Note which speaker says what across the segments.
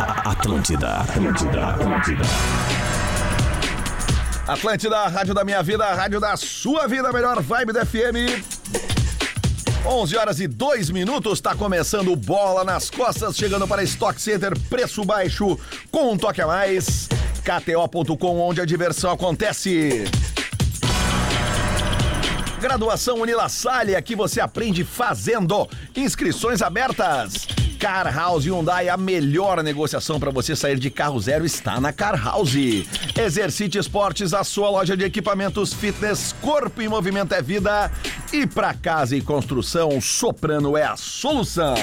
Speaker 1: Atlântida, Atlântida, Atlântida.
Speaker 2: Atlântida, a rádio da minha vida, a rádio da sua vida, a melhor vibe da FM. 11 horas e 2 minutos, tá começando o bola nas costas, chegando para Stock Center, preço baixo, com um toque a mais. KTO.com, onde a diversão acontece. Graduação Unilassalle, aqui você aprende fazendo. Inscrições abertas. Car House Hyundai, a melhor negociação para você sair de carro zero está na Car House. Exercite Esportes, a sua loja de equipamentos fitness, corpo em movimento é vida. E para casa e construção, Soprano é a solução.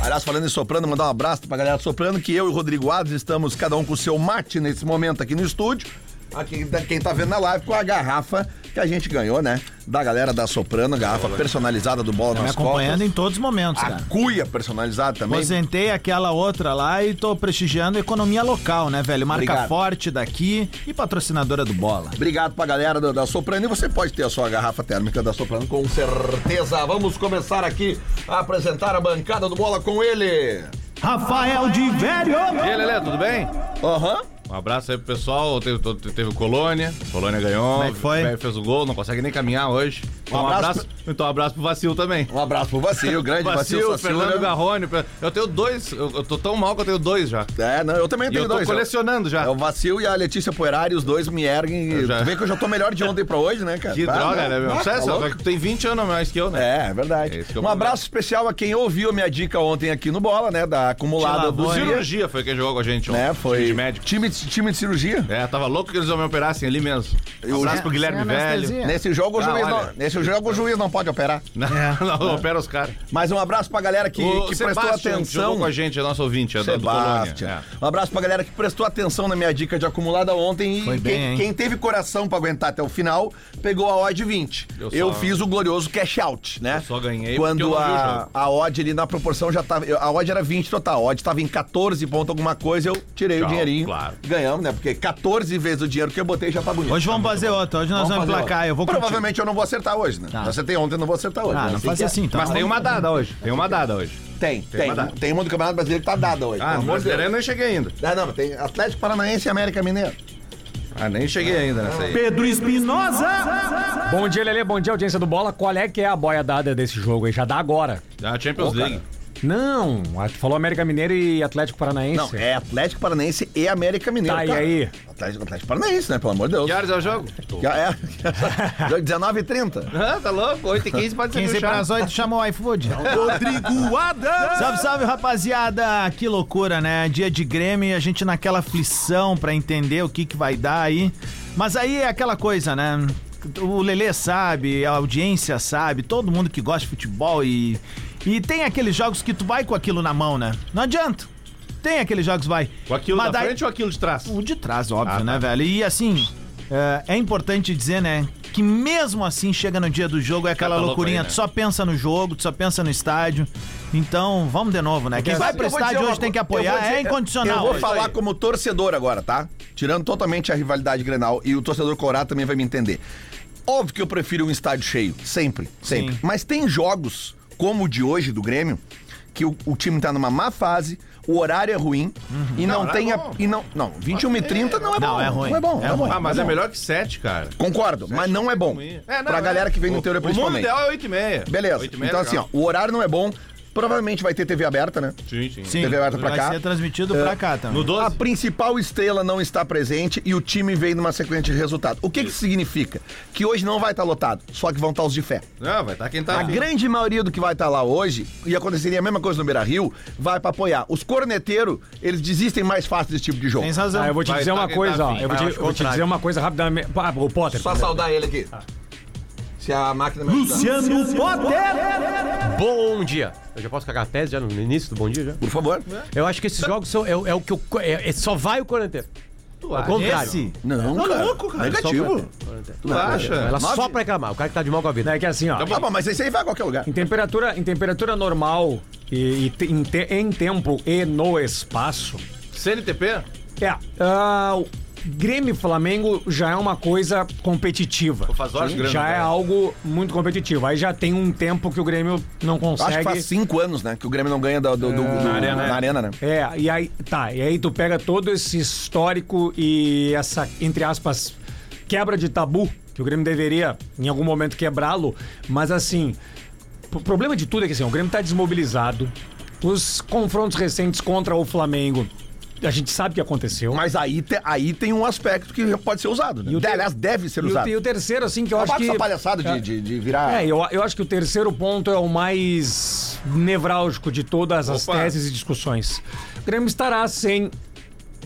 Speaker 2: Aliás, falando em Soprano, mandar um abraço pra galera do Soprano, que eu e o Rodrigo Adams estamos cada um com o seu mate nesse momento aqui no estúdio. Aqui, da- quem tá vendo na live com a garrafa que a gente ganhou, né? Da galera da Soprano, garrafa personalizada do Bola
Speaker 3: Tá me
Speaker 2: nas Ah,
Speaker 3: acompanhando
Speaker 2: Costas.
Speaker 3: em todos os momentos,
Speaker 2: A
Speaker 3: cara.
Speaker 2: cuia personalizada também.
Speaker 3: Aposentei aquela outra lá e tô prestigiando a economia local, né, velho? Marca
Speaker 2: Obrigado.
Speaker 3: forte daqui e patrocinadora do Bola.
Speaker 2: Obrigado pra galera da, da Soprano. E você pode ter a sua garrafa térmica da Soprano, com certeza. Vamos começar aqui a apresentar a bancada do Bola com ele.
Speaker 3: Rafael de Velho!
Speaker 4: E aí, Lelê, tudo bem?
Speaker 2: Aham.
Speaker 4: Um abraço aí pro pessoal. Teve, to- teve o Colônia. Colônia ganhou.
Speaker 3: Como é que foi?
Speaker 4: O Velho fez o gol, não consegue nem caminhar hoje. Então, um
Speaker 2: abraço
Speaker 4: abraço. Então, um abraço pro Vacil também.
Speaker 2: Um abraço pro Vacil, grande Vacil. né?
Speaker 4: Vacil, Fernando
Speaker 2: Sassura.
Speaker 4: Garrone. Pe- Eu tenho dois. Eu, eu tô tão mal que eu tenho dois já.
Speaker 2: É, não, eu também
Speaker 4: E
Speaker 2: tenho
Speaker 4: eu tô
Speaker 2: dois. eu-
Speaker 4: colecionando já.
Speaker 2: É o Vacil e a Letícia Poerari, os dois me erguem. e
Speaker 4: Eu já-
Speaker 2: Tu vê que eu já tô melhor de ontem pra hoje, né, cara?
Speaker 4: Que
Speaker 2: Tá,
Speaker 4: droga,
Speaker 2: não,
Speaker 4: né, meu?
Speaker 2: não, tá
Speaker 4: Sério, só
Speaker 2: louco.
Speaker 4: que tu tem 20 anos a mais que eu, né?
Speaker 2: É, é verdade.
Speaker 4: É esse que é o
Speaker 2: um abraço especial a quem ouviu a minha dica ontem aqui no Bola, né? Da acumulada
Speaker 3: Te
Speaker 2: do
Speaker 3: lavou,
Speaker 2: dia.
Speaker 4: Cirurgia foi quem jogou com a gente ontem.
Speaker 2: Né, foi
Speaker 4: Time de médico.
Speaker 2: time de, time de cirurgia.
Speaker 4: É, tava louco que eles vão me operassem ali mesmo.
Speaker 2: Eu-
Speaker 4: abraço pro Guilherme
Speaker 3: Sem
Speaker 4: Velho.
Speaker 3: anestesia. É.
Speaker 2: Nesse jogo, o
Speaker 4: Ah,
Speaker 2: juiz
Speaker 4: olha.
Speaker 2: não, nesse jogo o juiz não pode operar.
Speaker 4: Não, não, opera os caras.
Speaker 2: Mas um abraço pra galera É. que,
Speaker 4: O
Speaker 2: que prestou
Speaker 4: Sebastian que
Speaker 2: atenção.
Speaker 4: jogou com a gente, é nosso ouvinte, é do- do
Speaker 2: Sebastião.
Speaker 4: Colônia. É.
Speaker 2: Um abraço pra galera que prestou atenção na minha dica de acumulada ontem. E
Speaker 3: Foi bem,
Speaker 2: quem,
Speaker 3: hein?
Speaker 2: quem teve coração pra aguentar até o final, pegou a odd 20. Eu,
Speaker 4: Eu só-
Speaker 2: fiz o glorioso cash out, né?
Speaker 4: Eu só ganhei porque eu
Speaker 2: Quando
Speaker 4: não vi o
Speaker 2: a,
Speaker 4: jogo.
Speaker 2: a odd ali na proporção já tava. eu- A odd era 20 total. A odd tava em 14 ponto alguma coisa, eu tirei o
Speaker 4: Tchau,
Speaker 2: dinheirinho.
Speaker 4: claro.
Speaker 2: Ganhamos, né? Porque 14 vezes o dinheiro que eu botei já tá bonito.
Speaker 3: Hoje vamos fazer outra, hoje nós vamos,
Speaker 2: fazer
Speaker 3: emplacar.
Speaker 2: outra.
Speaker 3: Eu vou curtir.
Speaker 2: Provavelmente eu não vou acertar hoje, né?
Speaker 3: Tá.
Speaker 4: Ah.
Speaker 2: Eu acertei ontem, não vou acertar hoje.
Speaker 3: Ah,
Speaker 2: né?
Speaker 3: não
Speaker 2: Assim
Speaker 3: faz
Speaker 2: que é.
Speaker 3: assim, então.
Speaker 4: Mas tem uma dada hoje. Tem uma dada hoje.
Speaker 2: Tem, tem.
Speaker 4: uma
Speaker 2: Tem,
Speaker 4: data.
Speaker 2: uma do Campeonato Brasileiro que tá dada hoje.
Speaker 4: Ah,
Speaker 2: pelo
Speaker 4: no
Speaker 2: amor de Deus.
Speaker 4: Brasileirão eu nem cheguei ainda.
Speaker 2: Ah, não, tem Atlético Paranaense e América Mineiro.
Speaker 4: Ah, nem cheguei ainda nessa aí.
Speaker 5: Pedro Espinosa.
Speaker 6: Bom dia, Lelê. Bom dia, audiência do Bola. Qual é que é a boia dada desse jogo aí? Já dá agora.
Speaker 4: Ah, Champions League.
Speaker 6: Não, a- tu falou América Mineiro e Atlético Paranaense.
Speaker 2: Não, é Atlético Paranaense e América Mineiro.
Speaker 6: Tá, e
Speaker 2: cara.
Speaker 6: aí?
Speaker 2: Atlético, Atlético Paranaense, né? Pelo amor de Deus.
Speaker 4: Que horas é o jogo?
Speaker 2: Já é. 19h30.
Speaker 4: Ah, tá louco? 8 e 15 pode
Speaker 3: Quem
Speaker 4: ser
Speaker 3: sempre
Speaker 4: puxado.
Speaker 3: às 8 chama o iFood.
Speaker 5: Rodrigo Adams.
Speaker 3: Salve, salve, rapaziada! Que loucura, né? Dia de Grêmio e a gente naquela aflição pra entender o que, que vai dar aí. Mas aí é aquela coisa, né? O Lelê sabe, a audiência sabe, todo mundo que gosta de futebol e. E tem aqueles jogos que tu vai com aquilo na mão, né? Não adianta. Tem aqueles jogos, vai.
Speaker 4: Com aquilo
Speaker 3: Mas
Speaker 4: da
Speaker 3: daí-
Speaker 4: frente ou aquilo de trás?
Speaker 3: o de trás, óbvio,
Speaker 4: Ah, tá.
Speaker 3: né, velho? E assim, é, é importante dizer, né, que mesmo assim chega no dia do jogo, é aquela
Speaker 4: tá louco
Speaker 3: loucurinha,
Speaker 4: aí, né?
Speaker 3: tu só pensa no jogo, tu só pensa no estádio. Então, vamos de novo, né? Quem vai pro
Speaker 2: Eu vou dizer
Speaker 3: estádio
Speaker 2: uma
Speaker 3: hoje tem que
Speaker 2: co- eu
Speaker 3: apoiar,
Speaker 2: vou dizer-
Speaker 3: é incondicional.
Speaker 2: Eu vou
Speaker 3: É isso
Speaker 2: falar
Speaker 3: aí.
Speaker 2: como torcedor agora, tá? Tirando totalmente a rivalidade Grenal e o torcedor Corá também vai me entender. Óbvio que eu prefiro um estádio cheio, sempre, sempre.
Speaker 3: Sim.
Speaker 2: Mas tem jogos como o de hoje do Grêmio que o, o time tá numa má fase, o horário é ruim e não,
Speaker 4: horário
Speaker 2: tem
Speaker 4: é
Speaker 2: a,
Speaker 4: bom.
Speaker 2: e não, não, 21 e 30 não é bom.
Speaker 3: Não, é ruim.
Speaker 2: Não é bom,
Speaker 3: É
Speaker 2: não
Speaker 3: ruim.
Speaker 2: bom.
Speaker 4: Ah, mas
Speaker 2: não
Speaker 4: é
Speaker 2: bom.
Speaker 4: melhor que 7, cara.
Speaker 2: Concordo, mas não é bom.
Speaker 4: É, não,
Speaker 2: pra
Speaker 4: é.
Speaker 2: galera que vem do
Speaker 4: O-
Speaker 2: interior,
Speaker 4: O mundo
Speaker 2: principalmente.
Speaker 4: ideal é 8 e meia.
Speaker 2: Beleza.
Speaker 4: Oito e meia
Speaker 2: Então,
Speaker 4: é
Speaker 2: assim, ó,
Speaker 4: legal.
Speaker 2: o horário não é bom. Provavelmente vai ter TV aberta, né?
Speaker 4: Sim, sim.
Speaker 3: Sim,
Speaker 2: TV aberta pra
Speaker 3: vai
Speaker 2: cá. É,
Speaker 3: ser transmitido pra cá também.
Speaker 4: No
Speaker 2: A
Speaker 4: 12?
Speaker 2: principal estrela não está presente e o time veio numa sequência de resultado. O que, que significa? Que hoje não vai estar lotado, só que vão estar os de fé.
Speaker 4: Não, vai estar quem tá
Speaker 2: A
Speaker 4: afim.
Speaker 2: grande maioria do que vai estar lá hoje, e aconteceria a mesma coisa no Beira Rio, vai pra apoiar. Os corneteiros, eles desistem mais fácil desse tipo de jogo.
Speaker 3: Tem razão.
Speaker 6: Ah, eu vou te
Speaker 4: Vai,
Speaker 6: dizer
Speaker 4: tá
Speaker 6: uma
Speaker 4: quem
Speaker 6: coisa,
Speaker 4: tá
Speaker 6: ó.
Speaker 4: afim.
Speaker 6: Eu vou
Speaker 4: Ah,
Speaker 6: te,
Speaker 4: acho
Speaker 6: eu vou te
Speaker 4: contrário.
Speaker 6: dizer uma coisa rapidamente. Ah, o Potter.
Speaker 2: Só saudar ele aqui.
Speaker 4: Ah.
Speaker 2: Se a máquina me ajudar.
Speaker 5: Luciano Potter.
Speaker 7: Bom dia! Eu já posso cagar a tese já no início do bom dia já?
Speaker 2: Por favor.
Speaker 4: É?
Speaker 7: Eu acho que esses jogos são. É, o- é o que eu, é, é- só vai o quaranteiro. Tu acha? contrário.
Speaker 3: Esse?
Speaker 2: Não,
Speaker 4: Tá
Speaker 2: cara. Negativo.
Speaker 4: Tu acha?
Speaker 7: Ela só
Speaker 2: Nove-
Speaker 7: pra reclamar, o cara que tá de mal com a vida.
Speaker 6: É que assim, ó.
Speaker 4: Tá
Speaker 2: Ah, bom, mas esse aí vai a qualquer lugar.
Speaker 6: Em temperatura, em temperatura normal e, e te- em, te- em tempo e no espaço.
Speaker 4: CNTP?
Speaker 6: É, ah, Grêmio e Flamengo já é uma coisa competitiva.
Speaker 4: faz horas grande,
Speaker 2: né?
Speaker 6: já é
Speaker 4: cara.
Speaker 6: algo muito competitivo. Aí já tem um tempo que o Grêmio não
Speaker 2: Eu acho que
Speaker 6: consegue.
Speaker 2: faz cinco anos, né? Que o Grêmio não ganha do, do- do- do-
Speaker 4: arena,
Speaker 2: Ah, na
Speaker 4: é.
Speaker 2: arena, né?
Speaker 6: É, e aí, tá, e aí tu pega todo esse histórico e essa, entre aspas, quebra de tabu, que o Grêmio deveria, em algum momento, quebrá-lo, mas assim, o problema de tudo é que assim, o Grêmio tá desmobilizado, os confrontos recentes contra o Flamengo, a gente sabe o que aconteceu.
Speaker 2: Mas aí, te- aí tem um aspecto que pode ser usado, né?
Speaker 6: E o
Speaker 2: De-
Speaker 6: te-
Speaker 2: Aliás, deve ser
Speaker 6: E o,
Speaker 2: usado.
Speaker 6: te- e o terceiro, assim, que eu
Speaker 2: Eu
Speaker 6: acho que...
Speaker 2: essa palhaçada de, de- de virar...
Speaker 6: É, eu, eu acho que o terceiro ponto é o mais nevrálgico de todas as
Speaker 4: Opa.
Speaker 6: teses e discussões. O Grêmio estará sem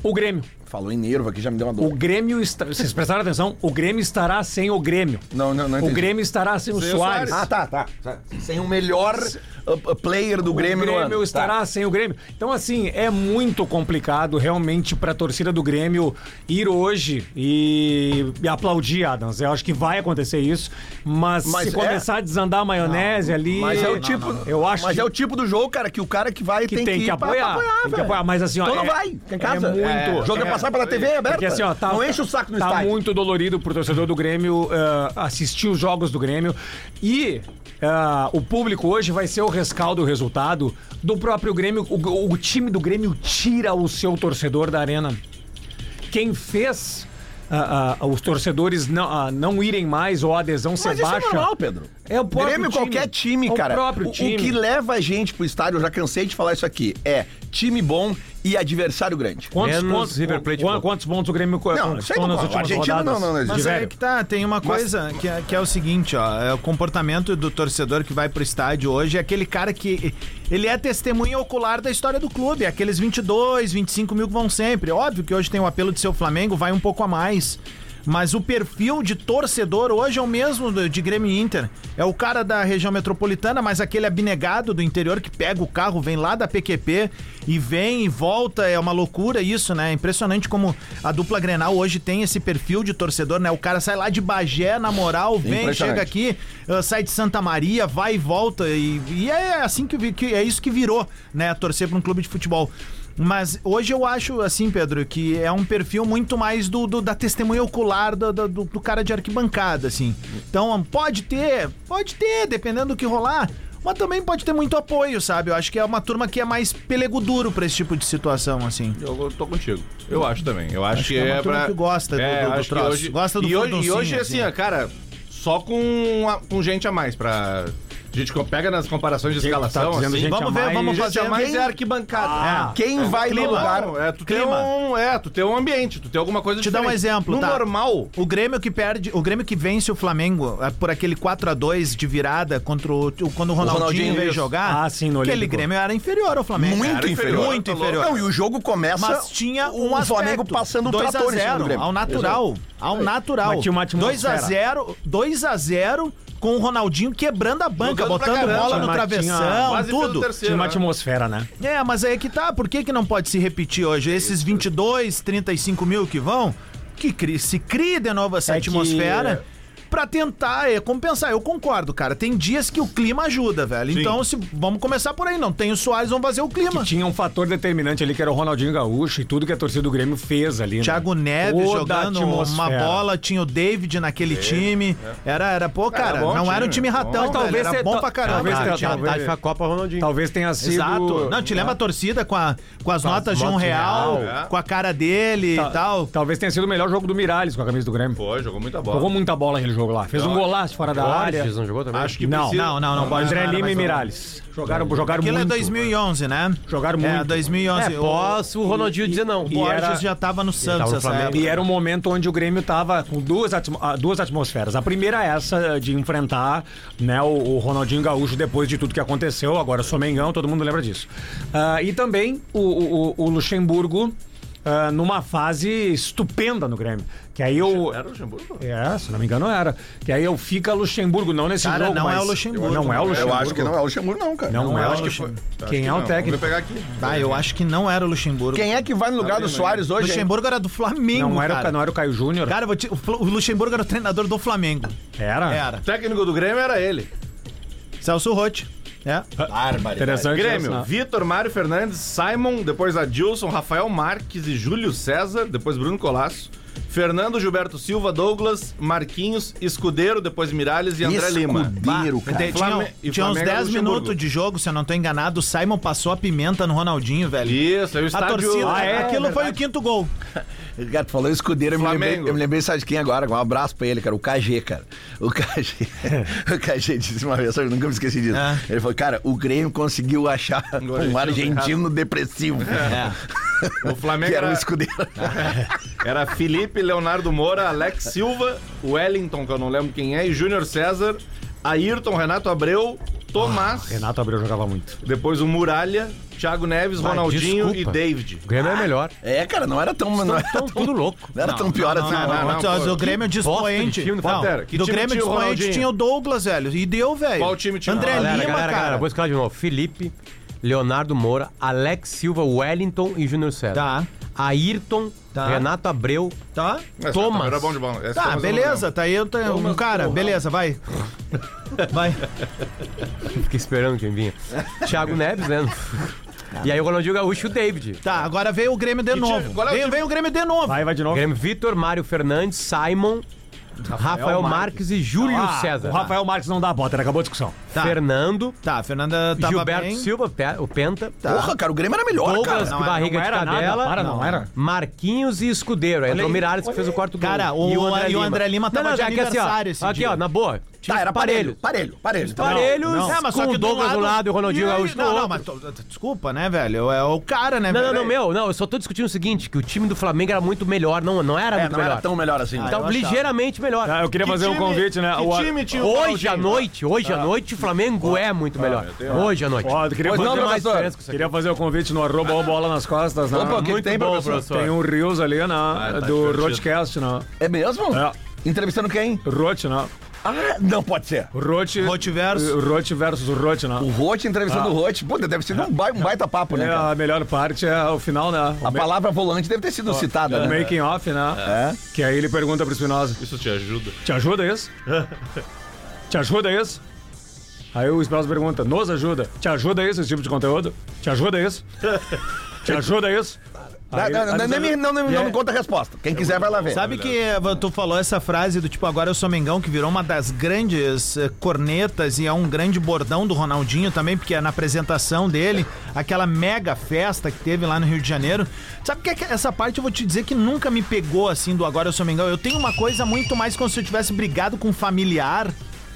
Speaker 6: o Grêmio.
Speaker 2: Falou em nervo aqui, já me deu uma dor.
Speaker 6: O Grêmio está. Vocês prestaram atenção? O Grêmio estará sem o Grêmio.
Speaker 2: Não, não, não
Speaker 6: O
Speaker 2: entendi.
Speaker 6: Grêmio estará sem o
Speaker 4: Sem o
Speaker 6: Soares.
Speaker 4: Soares.
Speaker 2: Ah, tá, tá. Sem o melhor uh, uh, player do
Speaker 6: O
Speaker 2: Grêmio, no ano.
Speaker 6: Grêmio estará
Speaker 2: Tá.
Speaker 6: sem o Grêmio. Então, assim, é muito complicado realmente para a torcida do Grêmio ir hoje e, e aplaudir, Adams. Eu acho que vai acontecer isso, mas,
Speaker 2: Mas
Speaker 6: se
Speaker 2: é-
Speaker 6: começar a desandar a maionese ali.
Speaker 2: Mas é o
Speaker 6: não,
Speaker 2: tipo...
Speaker 6: não. Eu acho
Speaker 2: Mas
Speaker 6: que,
Speaker 2: é o tipo do jogo, cara, que o cara que vai
Speaker 6: que
Speaker 2: tem, que ir pra- pra
Speaker 6: apoiar. tem que
Speaker 2: velho.
Speaker 6: apoiar. Mas assim, ó.
Speaker 2: Então não
Speaker 6: é-
Speaker 2: vai, em casa.
Speaker 6: É muito.
Speaker 2: O jogo é, passar pela TV aberta.
Speaker 6: Porque assim, ó, tá,
Speaker 2: não enche o saco no
Speaker 6: tá
Speaker 2: estádio.
Speaker 6: muito dolorido pro torcedor do Grêmio eh, assistir os jogos do Grêmio. E ah, o público hoje vai ser o rescaldo do resultado do próprio Grêmio. O, o time do Grêmio tira o seu torcedor da arena. Quem fez. ah, ah, os torcedores não, ah, não irem mais ou a adesão ser
Speaker 2: Mas isso
Speaker 6: baixa.
Speaker 2: é normal, Pedro.
Speaker 6: É o próprio
Speaker 2: Grêmio,
Speaker 6: time.
Speaker 2: qualquer time,
Speaker 6: É o
Speaker 2: cara.
Speaker 6: próprio
Speaker 2: o,
Speaker 6: time.
Speaker 2: o que leva a gente pro estádio, eu já cansei de falar isso aqui, é time bom e adversário grande.
Speaker 6: Quantos,
Speaker 7: Menos
Speaker 6: pontos,
Speaker 7: River Plate,
Speaker 6: quan-
Speaker 7: pô.
Speaker 6: quantos pontos o Grêmio co-
Speaker 2: Não, isso aí
Speaker 6: conquistou
Speaker 2: não-
Speaker 6: nas
Speaker 2: o
Speaker 6: últimas
Speaker 2: argentino não-
Speaker 6: rodadas?
Speaker 2: não- não existe.
Speaker 6: De
Speaker 3: Mas é
Speaker 6: velho.
Speaker 3: que tá, tem uma coisa que, é, que é o seguinte, ó. É o comportamento do torcedor que vai pro estádio hoje é aquele cara que. Ele é testemunha ocular da história do clube. é Aqueles 22, 25 mil que vão sempre. Óbvio que hoje tem o apelo de ser o Flamengo, vai um pouco a mais. Mas o perfil de torcedor hoje é o mesmo do- de Grêmio e Inter. É o cara da região metropolitana, mas aquele abnegado do interior que pega o carro, vem lá da PQP e vem e volta. É uma loucura isso, né? Impressionante como a dupla Grenal hoje tem esse perfil de torcedor, né? O cara sai lá de Bagé, na moral, vem,
Speaker 2: Impressionante.
Speaker 3: chega aqui, ah, sai de Santa Maria, vai e volta. E, e é assim que, vi- que- é isso que virou, né? Torcer para um clube de futebol. Mas hoje eu acho, assim, Pedro, que é um perfil muito mais do, do- da testemunha ocular do, do- do- do cara de arquibancada, assim. Então, pode ter, pode ter, dependendo do que rolar. Mas também pode ter muito apoio, sabe? Eu acho que é uma turma que é mais pelego duro pra esse tipo de situação, assim.
Speaker 4: Eu eu tô contigo. Eu acho também. Eu acho, que,
Speaker 3: que é uma
Speaker 4: é
Speaker 3: turma
Speaker 4: pra...
Speaker 3: que gosta do-
Speaker 4: é,
Speaker 3: do- do
Speaker 4: acho que
Speaker 3: troço.
Speaker 4: hoje-
Speaker 3: Gosta do
Speaker 4: e hoje, e
Speaker 3: furduncinho,
Speaker 4: hoje, assim,
Speaker 3: assim.
Speaker 4: ó, cara, só com, a- com gente a mais pra... A gente co- pega nas comparações de escalação,
Speaker 6: Tá dizendo
Speaker 4: assim.
Speaker 6: gente
Speaker 3: Vamos
Speaker 6: a
Speaker 3: ver,
Speaker 6: mais-
Speaker 3: vamos
Speaker 4: gente
Speaker 3: tá fazer.
Speaker 4: a mais
Speaker 3: Quem-
Speaker 4: é arquibancada. É.
Speaker 3: Ah,
Speaker 2: Quem vai no lugar...
Speaker 4: Não, é, tu tem
Speaker 3: Clima.
Speaker 4: um, é, tu tem um ambiente, tu tem alguma coisa
Speaker 3: Te dar um
Speaker 4: diferente.
Speaker 3: exemplo,
Speaker 4: No
Speaker 3: tá?
Speaker 4: normal,
Speaker 3: O Grêmio que perde, o Grêmio que vence o Flamengo eh, por aquele 4 a 2 de virada contra o, quando o Ronaldinho,
Speaker 2: Ronaldinho,
Speaker 3: veio
Speaker 2: isso.
Speaker 3: jogar.
Speaker 6: Ah, sim, no
Speaker 3: aquele
Speaker 6: Olímpico.
Speaker 3: Grêmio era inferior ao Flamengo.
Speaker 2: Muito
Speaker 3: Era
Speaker 2: inferior.
Speaker 3: Muito
Speaker 2: Tá louco.
Speaker 3: inferior.
Speaker 2: Não, e o jogo começa
Speaker 3: é Mas tinha um
Speaker 2: o
Speaker 3: aspecto,
Speaker 2: Flamengo passando o
Speaker 3: 2 a
Speaker 2: trator em cima do
Speaker 3: 0,
Speaker 2: Grêmio.
Speaker 3: ao natural, ao natural.
Speaker 6: Mas tinha uma atmosfera.
Speaker 3: 2 a 0, 2 a 0 com o Ronaldinho quebrando a banca,
Speaker 4: Jogando pra
Speaker 3: botando
Speaker 4: caramba,
Speaker 3: bola no
Speaker 6: mas
Speaker 3: travessão,
Speaker 6: tinha-
Speaker 4: quase pelo
Speaker 3: tudo.
Speaker 6: Tinha
Speaker 4: terceiro.
Speaker 6: uma
Speaker 4: né?
Speaker 6: atmosfera, né?
Speaker 3: É, mas aí é que tá. Por que, que não pode se repetir hoje? Esses 22, 35 mil que vão, que cri- se crie de novo essa
Speaker 6: É que-
Speaker 3: atmosfera pra tentar é, compensar. Eu concordo, cara. Tem dias que o clima ajuda, velho. Então, se, vamos começar por aí. Não tem o Soares, vamos fazer o clima.
Speaker 6: Que tinha um fator determinante ali, que era o Ronaldinho Gaúcho e tudo que a torcida do Grêmio fez ali. né?
Speaker 3: Thiago Neves
Speaker 6: Toda a
Speaker 3: jogando uma
Speaker 6: atmosfera.
Speaker 3: bola, tinha o David naquele time. Era, era, pô, cara,
Speaker 4: bom
Speaker 3: não era um time
Speaker 4: time,
Speaker 3: ratão,
Speaker 6: Mas
Speaker 3: velho,
Speaker 6: talvez
Speaker 3: era
Speaker 6: se-
Speaker 3: bom
Speaker 6: ta-
Speaker 3: pra caramba.
Speaker 6: talvez
Speaker 3: cara.
Speaker 6: se-
Speaker 3: Tinha- tá-
Speaker 6: talvez-
Speaker 7: Tática Copa Ronaldinho.
Speaker 6: Talvez tenha sido.
Speaker 3: Exato. Não, te lembra a torcida com, a, com as notas de um
Speaker 7: notas de
Speaker 3: real,
Speaker 4: real, é.
Speaker 3: com a cara dele
Speaker 6: Ta-
Speaker 3: e tal.
Speaker 6: Talvez tenha sido o melhor jogo do Miralles com a camisa do Grêmio.
Speaker 4: Pô, jogou muita bola.
Speaker 6: Jogou muita bola aquele jogo lá. Fez um golaço fora da área.
Speaker 7: Borges Então, não jogou também?
Speaker 4: Acho que
Speaker 6: Não,
Speaker 4: precisa-
Speaker 3: não, não, não, Borges
Speaker 6: André
Speaker 3: não era
Speaker 6: Lima e
Speaker 3: mais
Speaker 6: Miralles. Jogaram, jogaram
Speaker 3: Aquilo
Speaker 6: muito.
Speaker 3: é 2011, né?
Speaker 6: Jogaram
Speaker 3: É,
Speaker 6: muito.
Speaker 3: 2011.
Speaker 7: É,
Speaker 3: O-
Speaker 7: posso o Ronaldinho dizer não.
Speaker 3: O
Speaker 6: e
Speaker 3: Borges
Speaker 6: era-
Speaker 3: já tava no
Speaker 7: tava
Speaker 3: Santos
Speaker 7: no
Speaker 3: essa
Speaker 7: Flamengo.
Speaker 3: época.
Speaker 6: E era um momento onde o Grêmio estava com duas, atmo- ah, duas atmosferas. A primeira é essa de enfrentar né, o, o Ronaldinho Gaúcho depois de tudo que aconteceu. Agora eu sou Mengão, todo mundo lembra disso. Ah, e também o, o- o- o Luxemburgo ah, numa fase estupenda no Grêmio. Que aí eu.
Speaker 4: Era o Luxemburgo?
Speaker 6: É, se não me engano era. Que aí eu fica Luxemburgo, não nesse
Speaker 3: Cara,
Speaker 6: jogo.
Speaker 3: não é
Speaker 6: mas-
Speaker 3: o Luxemburgo.
Speaker 6: Não é o Luxemburgo.
Speaker 2: Eu acho que não é o Luxemburgo, não, cara.
Speaker 6: Não, é
Speaker 3: é
Speaker 6: o
Speaker 3: o
Speaker 6: Luxemburgo.
Speaker 3: Luxemburgo.
Speaker 6: Quem é o
Speaker 4: Não,
Speaker 6: técnico?
Speaker 4: Vou pegar aqui.
Speaker 6: um-
Speaker 3: Ah, eu acho que não era o Luxemburgo.
Speaker 2: Quem é que vai no lugar do Soares
Speaker 3: O
Speaker 2: hoje? hein?
Speaker 3: Luxemburgo era do Flamengo,
Speaker 6: Não era, o
Speaker 3: um cara.
Speaker 6: Ca- não era o Caio Júnior?
Speaker 3: Cara, eu vou te- o Fl- o Luxemburgo era o treinador do Flamengo.
Speaker 6: Era?
Speaker 3: Era.
Speaker 4: O técnico do Grêmio era ele.
Speaker 3: Celso Rotti. É.
Speaker 6: Interessante. isso,
Speaker 4: Grêmio,
Speaker 6: né?
Speaker 4: Vitor, Mário Fernandes, Simon, depois Adilson, Rafael Marques e Júlio César, depois Bruno Colasso, Fernando, Gilberto Silva, Douglas, Marquinhos, Escudeiro, depois Miralles e André Lima.
Speaker 2: Escudeiro, cara.
Speaker 3: Tinha, um-
Speaker 4: Flame- e
Speaker 3: tinha uns
Speaker 4: Flamengo é
Speaker 3: 10
Speaker 4: Luxemburgo.
Speaker 3: minutos de jogo, se eu não tô enganado. O Simon passou a pimenta no Ronaldinho, velho.
Speaker 4: Isso, aí o
Speaker 3: a
Speaker 4: estádio...
Speaker 3: torcida,
Speaker 4: Ah, é?
Speaker 3: aquilo foi o quinto gol.
Speaker 2: Cara, tu falou escudeiro, eu me,
Speaker 4: Flamengo.
Speaker 2: lembrei, eu me lembrei, sabe de quem agora? Um abraço pra ele, cara. O KG, cara. O KG. o KG disse uma vez, eu nunca me esqueci disso.
Speaker 3: Ah.
Speaker 2: Ele falou, cara, o Grêmio conseguiu achar um
Speaker 4: argentino
Speaker 2: argentino depressivo.
Speaker 3: É.
Speaker 4: O Flamengo
Speaker 2: Que era um
Speaker 4: era,
Speaker 2: escudeiro.
Speaker 4: era Felipe, Leonardo Moura, Alex Silva, Wellington, que eu não lembro quem é, e Júnior César, Ayrton, Renato Abreu,
Speaker 3: Ah,
Speaker 4: Tomás,
Speaker 7: Renato Abreu jogava muito.
Speaker 4: depois o Muralha, Thiago Neves,
Speaker 7: Vai,
Speaker 4: Ronaldinho
Speaker 7: desculpa.
Speaker 4: e David.
Speaker 7: O Grêmio é melhor.
Speaker 2: É, cara, não era tão. Não era,
Speaker 7: Estão tudo louco.
Speaker 2: não era tão pior assim.
Speaker 4: não, não, não, pô,
Speaker 3: o Grêmio
Speaker 7: bosta de
Speaker 3: dispoente.
Speaker 7: time,
Speaker 3: Não,
Speaker 4: Pantera. Que
Speaker 3: do
Speaker 4: time
Speaker 3: Grêmio
Speaker 4: tinha o
Speaker 3: dispoente
Speaker 4: Ronaldinho?
Speaker 3: tinha o Douglas, velho. E deu, velho.
Speaker 4: Qual time tinha?
Speaker 3: André
Speaker 4: Galera,
Speaker 3: Lima,
Speaker 7: Galera, galera,
Speaker 3: cara.
Speaker 7: galera, vou escalar de novo. Felipe, Leonardo Moura, Alex Silva, Wellington e Júnior César.
Speaker 3: Tá.
Speaker 7: Ayrton,
Speaker 3: Tá.
Speaker 7: Renato Abreu,
Speaker 3: Tá?
Speaker 4: Essa
Speaker 7: Thomas.
Speaker 4: Era é bom de bola. Essa
Speaker 3: Tá,
Speaker 4: Thomas eu não
Speaker 3: beleza. Tá aí eu tenho um cara. Beleza, vai. Vai.
Speaker 7: Fiquei esperando quem vinha. Thiago Neves, né? E aí o Ronaldinho Gaúcho e o David.
Speaker 3: Tá, agora veio o Grêmio de novo.
Speaker 4: qual é o
Speaker 3: Vem, vem o Grêmio de novo.
Speaker 6: Vai, vai de novo.
Speaker 7: Grêmio Vitor, Mário Fernandes, Simon, Rafael, Marques. e Júlio
Speaker 6: Ah,
Speaker 7: César.
Speaker 6: O Rafael Marques não dá a bota, né? acabou a discussão.
Speaker 3: Tá.
Speaker 7: Fernando,
Speaker 3: Tá, a Fernanda tava
Speaker 7: Gilberto
Speaker 3: bem.
Speaker 7: Silva, pe- o Penta,
Speaker 2: Porra, cara, o Grêmio era melhor,
Speaker 7: Douglas,
Speaker 2: cara.
Speaker 3: não
Speaker 7: de
Speaker 3: era-
Speaker 7: barriga
Speaker 6: não
Speaker 7: de
Speaker 6: era nada,
Speaker 7: cadela,
Speaker 6: para, não era.
Speaker 7: Marquinhos e Escudeiro. Aí entrou o Miralles que fez o quarto gol.
Speaker 3: Cara, o- e o André Lima tava de
Speaker 7: é que
Speaker 3: aniversário
Speaker 7: Assim,
Speaker 3: esse
Speaker 7: ó, aqui,
Speaker 3: dia.
Speaker 7: ó, na boa. Tinha
Speaker 2: Tá, era parelho.
Speaker 7: parelho.
Speaker 2: Parelho, parelho.
Speaker 7: Parelhos
Speaker 3: Não, não, mas só
Speaker 7: com
Speaker 3: que
Speaker 7: o
Speaker 3: do
Speaker 7: Douglas do lado e o Ronaldinho
Speaker 3: aí-
Speaker 7: Gaúcho do
Speaker 3: Não, não,
Speaker 7: outro.
Speaker 3: mas tô- tô- desculpa, né, velho? É o cara, né,
Speaker 7: Não,
Speaker 3: velho?
Speaker 7: não, não, meu, não, eu só tô discutindo o seguinte, que o time do Flamengo era muito melhor, não, não era
Speaker 2: É,
Speaker 7: muito
Speaker 2: não
Speaker 7: melhor.
Speaker 2: era tão melhor assim.
Speaker 3: Ah, eu
Speaker 7: Então,
Speaker 3: achava.
Speaker 7: ligeiramente melhor.
Speaker 6: Ah, Eu queria fazer um
Speaker 4: time-
Speaker 6: convite, né?
Speaker 4: que
Speaker 6: O-
Speaker 4: time tinha o
Speaker 7: Hoje
Speaker 4: Ronaldinho?
Speaker 7: à noite, hoje à noite, o Flamengo é muito melhor. Hoje à noite.
Speaker 6: Ó, eu queria
Speaker 7: Hoje
Speaker 6: fazer
Speaker 7: não,
Speaker 6: uma
Speaker 7: mais
Speaker 6: história.
Speaker 7: diferença que isso aqui.
Speaker 6: Queria fazer o convite no arroba ou bola nas costas, né?
Speaker 2: Opa, o que que
Speaker 6: Muito
Speaker 2: tem,
Speaker 6: bom,
Speaker 2: professor?
Speaker 6: Tem um Rios ali, né? do Roadcast, né?
Speaker 2: É mesmo?
Speaker 6: É.
Speaker 2: Entrevistando quem?
Speaker 6: Rote, né?
Speaker 2: Ah, não pode ser.
Speaker 6: Rote.
Speaker 3: Rotiverso.
Speaker 6: Rote versus Rote, né?
Speaker 2: O Rote entrevistando o Rote. Puta, deve ser um, ba- um baita papo, né,
Speaker 6: É,
Speaker 2: cara?
Speaker 6: a melhor parte é o final, né? O
Speaker 2: A
Speaker 6: ma-
Speaker 2: palavra volante deve ter sido citada,
Speaker 6: o
Speaker 2: né?
Speaker 6: Tá making off, né?
Speaker 2: É.
Speaker 6: Que aí ele pergunta pro Espinosa:
Speaker 4: Isso te ajuda.
Speaker 6: Te ajuda isso? Te ajuda isso? Aí o Espinosa pergunta: Nos ajuda? Te ajuda isso esse tipo de conteúdo? Te ajuda isso? Te ajuda isso?
Speaker 2: Não,
Speaker 6: Aí- É.
Speaker 2: não,
Speaker 6: aí
Speaker 2: não, é nem me- não, não, não me conta a resposta. Quem quiser vai lá ver.
Speaker 3: Sabe que eh, tu falou essa frase do tipo, agora eu sou Mengão, que virou uma das grandes eh, cornetas e é um grande bordão do Ronaldinho também, porque é na apresentação dele, aquela mega festa que teve lá no Rio de Janeiro. Sabe que é que essa parte eu vou te dizer que nunca me pegou assim do agora eu sou Mengão. Eu tenho uma coisa muito mais como se eu tivesse brigado com um familiar,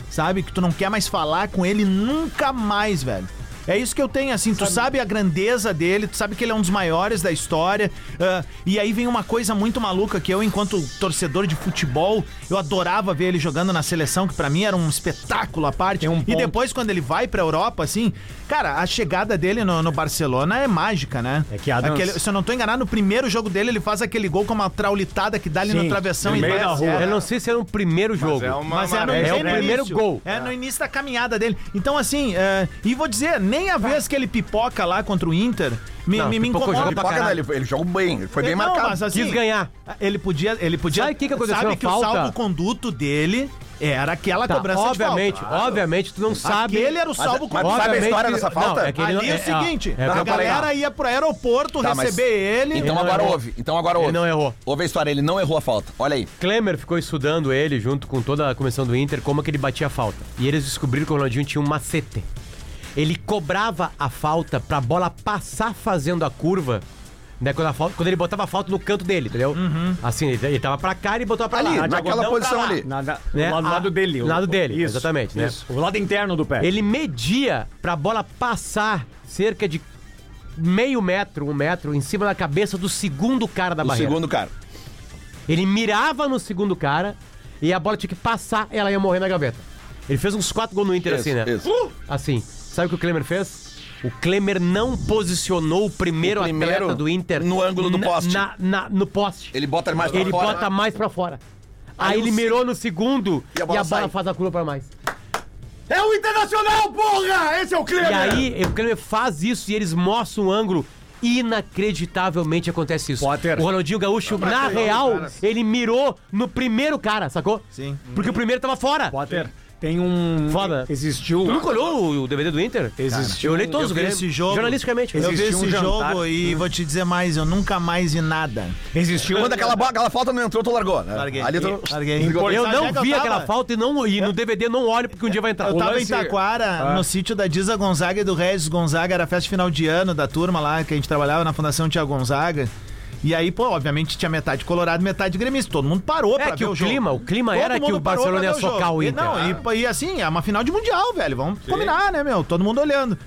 Speaker 3: sabe? Que tu não quer mais falar com ele nunca mais, velho. É isso que eu tenho, assim, tu sabe a grandeza dele, tu sabe que ele é um dos maiores da história. ah, e aí vem uma coisa muito maluca que eu, enquanto torcedor de futebol, eu adorava ver ele jogando na seleção, que pra mim era um espetáculo à parte.
Speaker 6: um
Speaker 3: e depois, quando ele vai pra Europa, assim, cara, a chegada dele no, no Barcelona é mágica, né? É
Speaker 6: que Adams-
Speaker 3: se eu não tô enganado, no primeiro jogo dele, ele faz aquele gol com uma traulitada que dá ali no travessão
Speaker 6: no
Speaker 3: e
Speaker 6: meio
Speaker 3: desce,
Speaker 6: da rua.
Speaker 3: é.
Speaker 7: Eu não sei se era o primeiro jogo.
Speaker 4: é uma
Speaker 3: Mas é, no,
Speaker 4: maré.
Speaker 3: bem
Speaker 7: É o
Speaker 3: no
Speaker 7: primeiro
Speaker 3: início.
Speaker 7: gol.
Speaker 3: É, no início da caminhada dele. Então, assim, é, e vou dizer, nem a vez que ele pipoca lá contra o Inter me,
Speaker 7: Não,
Speaker 3: me, me
Speaker 7: pipocou,
Speaker 3: incomoda.
Speaker 7: joga pra
Speaker 2: Pipoca,
Speaker 7: caralho.
Speaker 2: né? ele, ele jogou bem, ele foi bem
Speaker 3: Não,
Speaker 2: marcado.
Speaker 3: mas assim,
Speaker 7: Quis ganhar.
Speaker 3: Ele podia. Ele podia
Speaker 7: Sabe o que que aconteceu?
Speaker 3: Sabe que
Speaker 7: Falta.
Speaker 3: o salvo-conduto dele era aquela
Speaker 7: Tá,
Speaker 3: cobrança
Speaker 7: obviamente,
Speaker 3: de falta.
Speaker 7: obviamente tu não sabe.
Speaker 3: Aquele era o
Speaker 2: Mas-
Speaker 3: salvo
Speaker 2: mas
Speaker 3: conduto.
Speaker 2: sabe a história dessa falta?
Speaker 7: é que ele não-
Speaker 3: Ali é, o
Speaker 7: ó,
Speaker 3: seguinte,
Speaker 7: é,
Speaker 3: a
Speaker 2: não, peraí,
Speaker 3: galera ia pro aeroporto
Speaker 2: Tá, mas-
Speaker 3: receber ele.
Speaker 2: Então
Speaker 7: não
Speaker 2: agora
Speaker 7: errou.
Speaker 2: houve. Então agora
Speaker 7: Ele
Speaker 2: houve.
Speaker 7: não errou.
Speaker 2: Houve a história, ele não errou a falta. Olha aí.
Speaker 7: Klemer ficou estudando ele, junto com toda a comissão do Inter, como é que ele batia a falta. E eles descobriram que o Ronaldinho tinha um macete. Ele cobrava a falta pra bola passar fazendo a curva, né? Quando, a falta, quando ele botava a falta no canto dele, entendeu? Assim, ele, ele tava pra cá e botava pra
Speaker 2: Ali,
Speaker 7: lá.
Speaker 2: naquela
Speaker 7: Não,
Speaker 2: posição
Speaker 7: pra lá.
Speaker 2: ali.
Speaker 6: Na- na-
Speaker 7: Né?
Speaker 6: o lado,
Speaker 7: Ah,
Speaker 6: lado dele. o-
Speaker 7: lado dele,
Speaker 6: isso,
Speaker 7: exatamente, né?
Speaker 6: isso. O lado interno do pé.
Speaker 7: Ele media pra bola passar cerca de meio metro, um metro, em cima da cabeça do segundo cara da
Speaker 2: O
Speaker 7: barreira.
Speaker 2: segundo cara.
Speaker 7: Ele mirava no segundo cara e a bola tinha que passar e ela ia morrer na gaveta. Ele fez uns quatro gols no Inter assim, né?
Speaker 2: Isso.
Speaker 7: Assim. Sabe o que o Klemer fez? O Klemer não posicionou o primeiro,
Speaker 2: O primeiro
Speaker 7: atleta do Inter
Speaker 2: no ângulo do
Speaker 7: na-
Speaker 2: poste.
Speaker 7: na- na- no poste. Ele,
Speaker 2: Ele bota mais pra fora.
Speaker 7: bota mais pra fora. Aí,
Speaker 2: Aí
Speaker 7: ele
Speaker 2: o
Speaker 7: mirou no segundo e a bola,
Speaker 2: sai.
Speaker 7: faz a curva pra mais.
Speaker 2: É o Internacional, porra! Esse é o clima!
Speaker 7: E aí o Klemer faz isso e eles mostram um ângulo. Inacreditavelmente acontece isso.
Speaker 6: Potter.
Speaker 7: O Ronaldinho Gaúcho, na real, ele mirou no primeiro cara, sacou?
Speaker 3: Sim.
Speaker 7: Porque o primeiro tava fora.
Speaker 6: Potter, Tem um.
Speaker 7: Foda.
Speaker 6: Existiu.
Speaker 7: Tu nunca olhou o- o DVD do Inter?
Speaker 6: Existiu.
Speaker 7: eu olhei todos
Speaker 3: eu
Speaker 7: os
Speaker 3: vi
Speaker 7: Grêmio.
Speaker 3: esse jogo.
Speaker 7: Jornalisticamente.
Speaker 3: Eu vi
Speaker 6: Existiu
Speaker 3: esse
Speaker 6: um jantar.
Speaker 3: jogo e vou te dizer mais, eu nunca mais vi nada.
Speaker 6: Existiu.
Speaker 2: Quando aquela, bola- aquela falta não entrou, tu largou, né?
Speaker 3: Larguei.
Speaker 2: Ali tu...
Speaker 3: Larguei.
Speaker 2: Ligou.
Speaker 7: Eu
Speaker 3: Sabe onde é
Speaker 7: não
Speaker 3: que eu
Speaker 7: vi
Speaker 3: tava?
Speaker 7: aquela falta e, não, e no DVD não olho porque um dia vai entrar.
Speaker 3: Eu
Speaker 7: O
Speaker 3: tava
Speaker 7: lance-
Speaker 3: em
Speaker 7: Ah.
Speaker 3: Taquara, no sítio da Diza Gonzaga e do Regis Gonzaga, era a festa final de ano da turma lá, que a gente trabalhava na Fundação Tia Gonzaga. E aí, pô, obviamente tinha metade colorado, metade gremista. Todo mundo parou
Speaker 7: É
Speaker 3: pra
Speaker 7: que
Speaker 3: ver
Speaker 7: o
Speaker 3: o jogo.
Speaker 7: clima- o clima
Speaker 3: Todo
Speaker 7: era que
Speaker 3: mundo
Speaker 7: o
Speaker 3: parou pra
Speaker 7: Barcelona ia
Speaker 3: ver jogo.
Speaker 7: socar o
Speaker 3: E
Speaker 7: Inter.
Speaker 3: Não, e Pô, E assim, é uma final de mundial, velho. Vamos combinar, né, meu? Todo mundo olhando.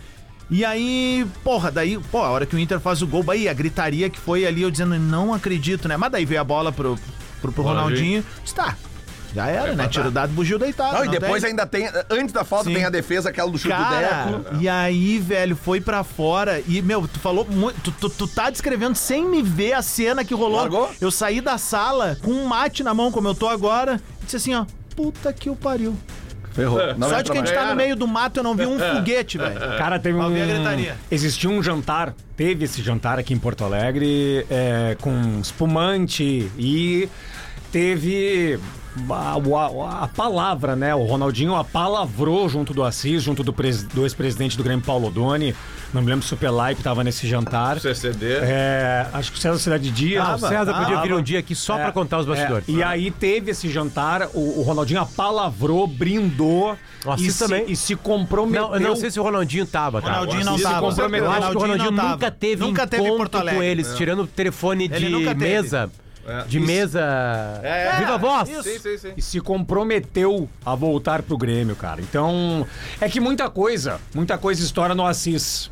Speaker 3: E aí, porra, daí, pô, a hora que o Inter faz o gol, aí a gritaria que foi ali, eu dizendo, não acredito, né? Mas daí veio a bola pro, pro, pro Ronaldinho. Disse, tá, já era, né? Tiro dado, bugio deitado.
Speaker 2: Não, e
Speaker 3: não
Speaker 2: depois
Speaker 3: tem.
Speaker 2: ainda tem, antes da falta,
Speaker 3: Sim.
Speaker 2: tem a defesa, aquela do chute do
Speaker 3: Cara,
Speaker 2: Deco.
Speaker 3: e aí, velho, foi pra fora. E, meu, tu falou muito. Tu, tu, tu tá descrevendo sem me ver a cena que rolou.
Speaker 2: Largou?
Speaker 3: Eu saí da sala com um mate na mão, como eu tô agora, e disse assim, ó. Puta que o pariu.
Speaker 2: Ferrou. Não
Speaker 3: Só
Speaker 2: vai
Speaker 3: de que a gente
Speaker 2: trabalhar.
Speaker 3: tá no meio do mato, eu não vi um foguete, velho.
Speaker 6: Cara, teve um.
Speaker 3: Ouvi a gritaria.
Speaker 6: Existiu um jantar, teve esse jantar aqui em Porto Alegre, é, com espumante e teve. A, o- a- a palavra, né? O Ronaldinho apalavrou junto do Assis, junto do, pres- do ex-presidente do Grêmio Paulo Doni. Não me lembro se o Pelaipe estava nesse jantar.
Speaker 4: CCD.
Speaker 6: É, acho que o César Cidade Dias.
Speaker 7: Ah, o César podia
Speaker 6: tava.
Speaker 7: vir um dia aqui só
Speaker 6: É,
Speaker 7: pra contar os bastidores.
Speaker 6: é, e aí teve esse jantar, o, o Ronaldinho apalavrou, brindou
Speaker 7: O Assis
Speaker 6: e, se,
Speaker 7: também.
Speaker 6: e se comprometeu.
Speaker 7: Não, eu não sei se o Ronaldinho tava, tá?
Speaker 3: Ronaldinho não
Speaker 6: Assis se
Speaker 3: tava.
Speaker 6: comprometeu.
Speaker 7: Eu acho que o Ronaldinho
Speaker 3: não
Speaker 7: nunca
Speaker 3: tava.
Speaker 7: teve
Speaker 3: nunca teve em
Speaker 7: encontro
Speaker 3: Porto Alegre. É.
Speaker 7: com eles, tirando o telefone
Speaker 3: Ele nunca
Speaker 7: de
Speaker 3: teve. É.
Speaker 7: mesa. De mesa. Viva a voz!
Speaker 4: É. Sim, sim, sim.
Speaker 6: E se comprometeu a voltar pro Grêmio, cara. Então, é que muita coisa, muita coisa estoura no Assis.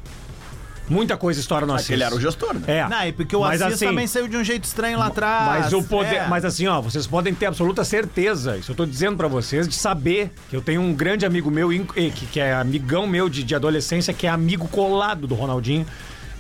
Speaker 6: Muita coisa estoura no Assis.
Speaker 2: Ele era o gestor, né?
Speaker 6: É.
Speaker 3: Não, é porque o
Speaker 6: mas
Speaker 3: Assis
Speaker 6: assim,
Speaker 3: também saiu de um jeito estranho lá atrás.
Speaker 6: Mas o poder,
Speaker 3: É.
Speaker 6: mas assim, ó, vocês podem ter absoluta certeza, isso eu tô dizendo pra vocês, de saber que eu tenho um grande amigo meu, inc- eh, que, que é amigão meu de, de adolescência, que é amigo colado do Ronaldinho.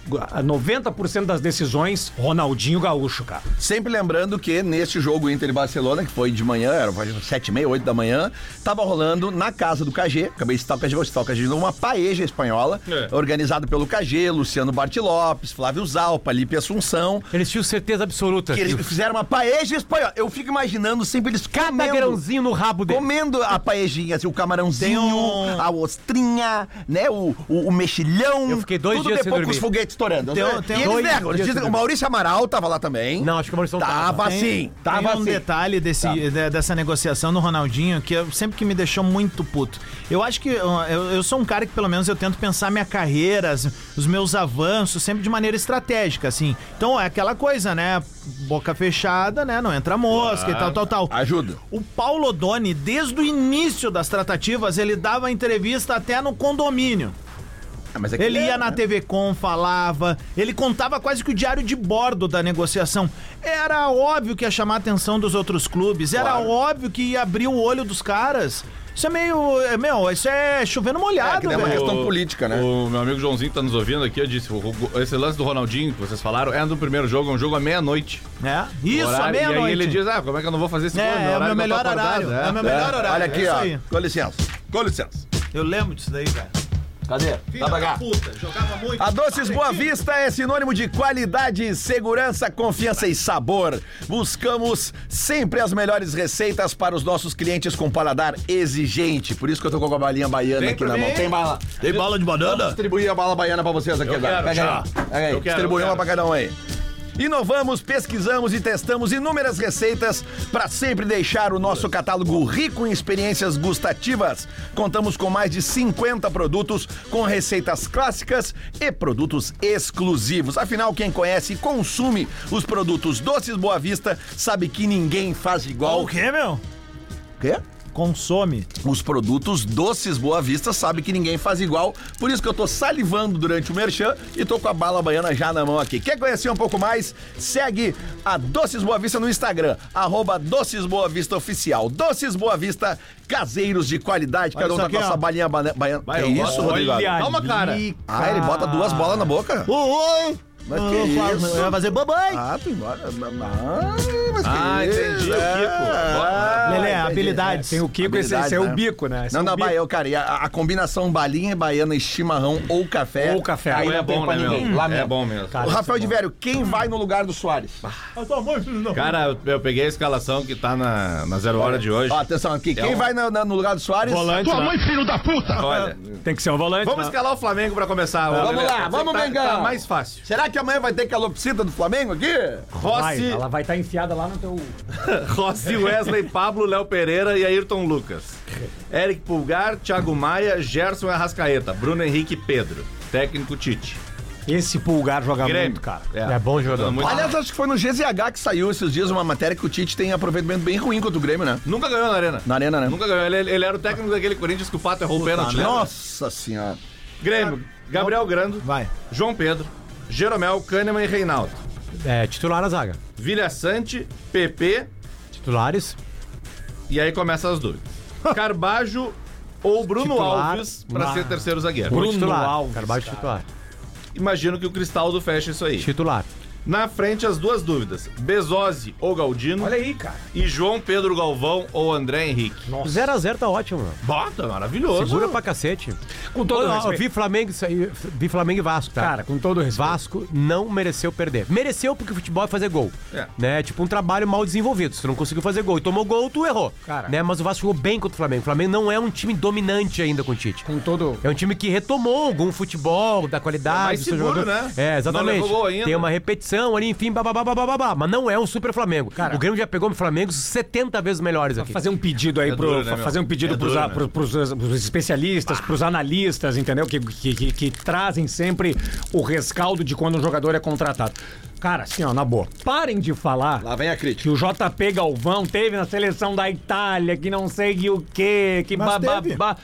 Speaker 6: Gu- 90% das decisões, Ronaldinho Gaúcho, cara.
Speaker 2: Sempre lembrando que neste jogo Inter e Barcelona, que foi de manhã, era foi sete e meia, oito da manhã, tava rolando na casa do KG, acabei de citar o KG, vou citar o KG, de novo, uma paeja espanhola,
Speaker 4: É.
Speaker 2: organizado pelo KG, Luciano Barti Lopes, Flávio Zalpa, Lipe Assunção,
Speaker 7: Eles tinham certeza absoluta.
Speaker 2: que
Speaker 7: que
Speaker 2: eles fizeram uma paeja espanhola. Eu fico imaginando sempre eles
Speaker 7: Cada
Speaker 2: comendo,
Speaker 7: grãozinho no rabo dele.
Speaker 2: comendo a paejinha, assim, o camarãozinho,
Speaker 3: um-
Speaker 2: a ostrinha, né, o, o, o mexilhão.
Speaker 7: Eu fiquei dois
Speaker 2: tudo
Speaker 7: dias sem
Speaker 2: depois com
Speaker 7: dormir. um-
Speaker 2: os foguetes estourando.
Speaker 3: Tem-
Speaker 2: né?
Speaker 3: tem
Speaker 2: e
Speaker 3: dois
Speaker 2: eles negam, eles
Speaker 7: dias sem
Speaker 2: dizem, o
Speaker 7: dormir.
Speaker 2: Maurício Amaral tava lá também.
Speaker 7: Não, acho que o Maurício não
Speaker 2: Tava
Speaker 7: tava.
Speaker 2: assim,
Speaker 3: Então Tem
Speaker 2: tava
Speaker 3: um
Speaker 2: assim.
Speaker 3: detalhe desse, de- dessa negociação do Ronaldinho que eu- sempre que me deixou muito puto. Eu acho que ó, eu, eu sou um cara que pelo menos eu tento pensar minha carreira, as- os meus avanços, sempre de maneira estratégica, assim. Então é aquela coisa, né? Boca fechada, né? Não entra mosca e tal, tal, tal.
Speaker 2: Ajuda.
Speaker 3: O Paulo Odoni, desde o início das tratativas, ele dava entrevista até no condomínio.
Speaker 2: Ah, mas é que
Speaker 3: Ele ia
Speaker 2: é,
Speaker 3: na
Speaker 2: né?
Speaker 3: TV Com, falava, ele contava quase que o diário de bordo da negociação. Era óbvio que ia chamar a atenção dos outros clubes, era
Speaker 2: Claro.
Speaker 3: óbvio que ia abrir o olho dos caras. Isso é meio. é, Meu, isso é chovendo
Speaker 2: É, que
Speaker 3: molhado,
Speaker 2: nem uma
Speaker 3: velho.
Speaker 2: questão política, né?
Speaker 4: O meu amigo Joãozinho que tá nos ouvindo aqui, eu disse, o- o- esse lance do Ronaldinho que vocês falaram é do primeiro jogo, é um jogo à meia-noite.
Speaker 3: É. Isso, à
Speaker 4: Horário, E aí ele
Speaker 3: meia-noite.
Speaker 4: diz, ah, como é que eu não vou fazer esse
Speaker 3: É,
Speaker 4: gol? Meu
Speaker 3: é o meu
Speaker 4: horário não tá
Speaker 3: melhor
Speaker 4: acordado,
Speaker 3: horário.
Speaker 4: é.
Speaker 3: É o meu melhor horário.
Speaker 2: Olha
Speaker 3: é
Speaker 2: aqui,
Speaker 3: isso
Speaker 2: ó.
Speaker 3: aí.
Speaker 2: Com licença. Com licença.
Speaker 3: Eu lembro disso daí, cara.
Speaker 2: Cadê? Dá pra cá.
Speaker 3: puta, jogava muito.
Speaker 2: A Doces Boa Vista é sinônimo de qualidade, segurança, confiança e sabor. Buscamos sempre as melhores receitas para os nossos clientes com paladar exigente. Por isso que eu tô com a balinha baiana aqui na mão. Tem bala. Tem bala de banana? Distribuir a bala baiana pra vocês aqui
Speaker 4: Eu
Speaker 2: agora.
Speaker 4: quero,
Speaker 2: Pega aí.
Speaker 4: tchau.
Speaker 2: Pega aí.
Speaker 4: Eu quero,
Speaker 2: Distribui
Speaker 4: eu
Speaker 2: uma
Speaker 4: quero.
Speaker 2: pra cada um aí. Inovamos, pesquisamos e testamos inúmeras receitas para sempre deixar o nosso catálogo rico em experiências gustativas. Contamos com mais de 50 produtos com receitas clássicas e produtos exclusivos. Afinal, quem conhece e consume os produtos Doces Boa Vista sabe que ninguém faz igual.
Speaker 3: O quê, meu?
Speaker 2: quê?
Speaker 3: Consome.
Speaker 2: Os produtos Doces Boa Vista sabe que ninguém faz igual, por isso que eu tô salivando durante o merchan e tô com a bala baiana já na mão aqui. Quer conhecer um pouco mais? Segue a Doces Boa Vista no Instagram, arroba Doces Boa Vista Oficial. Doces Boa Vista, caseiros de qualidade, cada
Speaker 3: isso
Speaker 2: um tá com
Speaker 3: aqui,
Speaker 2: essa
Speaker 3: ó.
Speaker 2: balinha bana- baiana.
Speaker 4: Vai,
Speaker 2: Que
Speaker 4: eu
Speaker 2: É isso,
Speaker 4: gosto.
Speaker 2: Rodrigo?
Speaker 4: Olha Calma, cara.
Speaker 2: Ah, ele bota duas bolas na boca?
Speaker 3: Oi!
Speaker 2: Mas
Speaker 3: Eu
Speaker 2: que
Speaker 3: falo,
Speaker 2: isso?
Speaker 3: eu ia fazer babai.
Speaker 2: Ah, tu embora. Ah, mas que
Speaker 4: Ah,
Speaker 2: isso?
Speaker 4: entendi, o Kiko.
Speaker 2: Ah,
Speaker 3: Lelê,
Speaker 2: entendi.
Speaker 3: habilidades.
Speaker 2: É.
Speaker 6: Tem o Kiko, esse, esse é
Speaker 2: Habilidade,
Speaker 6: o bico, né? Esse
Speaker 2: Não,
Speaker 6: é o
Speaker 2: não,
Speaker 6: bico.
Speaker 2: bah, eu, cara, e a, a combinação balinha, baiana e chimarrão ou café.
Speaker 6: Ou café. Ah,
Speaker 2: Aí
Speaker 4: Não é
Speaker 2: não tem
Speaker 4: bom,
Speaker 2: pra
Speaker 4: né,
Speaker 2: ninguém.
Speaker 4: meu? É
Speaker 2: Lamento.
Speaker 4: bom mesmo.
Speaker 2: O Rafael de Vério, quem vai no lugar do Soares?
Speaker 4: Cara, eu, eu peguei a escalação que tá na, na zero hora de hoje.
Speaker 2: Ó, atenção aqui, quem
Speaker 4: um-
Speaker 2: vai na- na- no lugar do Soares?
Speaker 6: É Volante, né?
Speaker 4: Olha,
Speaker 6: Tem que ser um volante.
Speaker 4: vamos
Speaker 6: né?
Speaker 4: escalar o Flamengo pra começar.
Speaker 2: Vamos
Speaker 4: Lelê.
Speaker 2: lá,
Speaker 4: Quer dizer
Speaker 2: vamos,
Speaker 4: que tá,
Speaker 2: Mengão.
Speaker 4: Tá mais fácil.
Speaker 2: Será que amanhã vai ter calopsita do Flamengo aqui?
Speaker 4: Rossi,
Speaker 6: Ela vai estar enfiada lá no teu.
Speaker 4: Rossi, Wesley, Pablo, Léo Pereira e Ayrton Lucas. Eric Pulgar, Thiago Maia, Gerson e Arrascaeta. Bruno Henrique e Pedro. Técnico Tite.
Speaker 6: Esse pulgar joga
Speaker 4: Grêmio.
Speaker 6: muito, cara.
Speaker 7: É bom jogador.
Speaker 4: jogando muito.
Speaker 2: Aliás, acho que foi no GZH que saiu esses dias uma matéria que o Tite tem aproveitamento bem ruim contra o Grêmio, né?
Speaker 4: Nunca ganhou na Arena.
Speaker 2: Na arena, né?
Speaker 4: Nunca ganhou. Ele, ele era o técnico daquele Corinthians que o Pato errou o pênalti.
Speaker 7: né?
Speaker 4: lembra?
Speaker 6: né?
Speaker 2: Nossa senhora.
Speaker 4: Grêmio, Gabriel Grando,
Speaker 3: Vai.
Speaker 4: João Pedro, Jeromel, Kahneman e Reinaldo.
Speaker 7: É, titular a zaga.
Speaker 4: Vilha Sante, PP,
Speaker 7: Titulares.
Speaker 4: e aí começam as dúvidas. Carbajo ou Bruno
Speaker 7: Titular.
Speaker 4: Alves pra
Speaker 7: Ah.
Speaker 4: ser terceiro zagueiro.
Speaker 7: Bruno
Speaker 6: titular.
Speaker 7: titular. Carvalho titular.
Speaker 4: Imagino que o Cristaldo fecha isso aí.
Speaker 7: Titular.
Speaker 4: Na frente, as duas dúvidas. Bezose ou Galdino
Speaker 6: Olha aí, cara.
Speaker 4: e João Pedro Galvão ou André Henrique.
Speaker 7: 0x0 tá ótimo, mano.
Speaker 4: Bota, maravilhoso.
Speaker 7: Segura pra cacete.
Speaker 6: Com todo
Speaker 7: eu, eu
Speaker 6: respeito.
Speaker 7: vi Flamengo sair- vi Flamengo e Vasco, tá?
Speaker 6: Cara, com todo respeito.
Speaker 7: Vasco não mereceu perder. Mereceu porque o futebol é fazer gol.
Speaker 4: É.
Speaker 7: Né? Tipo um trabalho mal desenvolvido. Se tu não conseguiu fazer gol e tomou gol, tu errou.
Speaker 6: Cara.
Speaker 7: Né? Mas o Vasco jogou bem contra o Flamengo. O Flamengo não é um time dominante ainda com o Tite.
Speaker 6: Com todo.
Speaker 7: É um time que retomou algum futebol da qualidade.
Speaker 4: É mais
Speaker 7: do seu
Speaker 4: seguro,
Speaker 7: jogador.
Speaker 4: né?
Speaker 7: É,
Speaker 4: Não
Speaker 7: exatamente.
Speaker 4: levou gol ainda.
Speaker 7: Tem uma repetição ali, enfim, babá, babá, babá, mas não é um super Flamengo.
Speaker 6: Cara.
Speaker 7: o Grêmio já pegou Flamengo 70 vezes melhores aqui.
Speaker 6: Fazer um pedido aí,
Speaker 4: É
Speaker 6: pro,
Speaker 4: duro, né, meu?
Speaker 6: fazer um pedido
Speaker 4: É
Speaker 6: pros,
Speaker 4: duro,
Speaker 6: a-
Speaker 4: né?
Speaker 6: pros- pros- pros especialistas, pros analistas, entendeu? Que, que, que- que trazem sempre o rescaldo de quando um jogador é contratado. Cara, assim, ó, na boa. Parem de falar
Speaker 2: Lá vem a crítica.
Speaker 6: que o JP Galvão teve na seleção da Itália, que não sei que o quê, que
Speaker 3: Mas teve.
Speaker 6: bababá.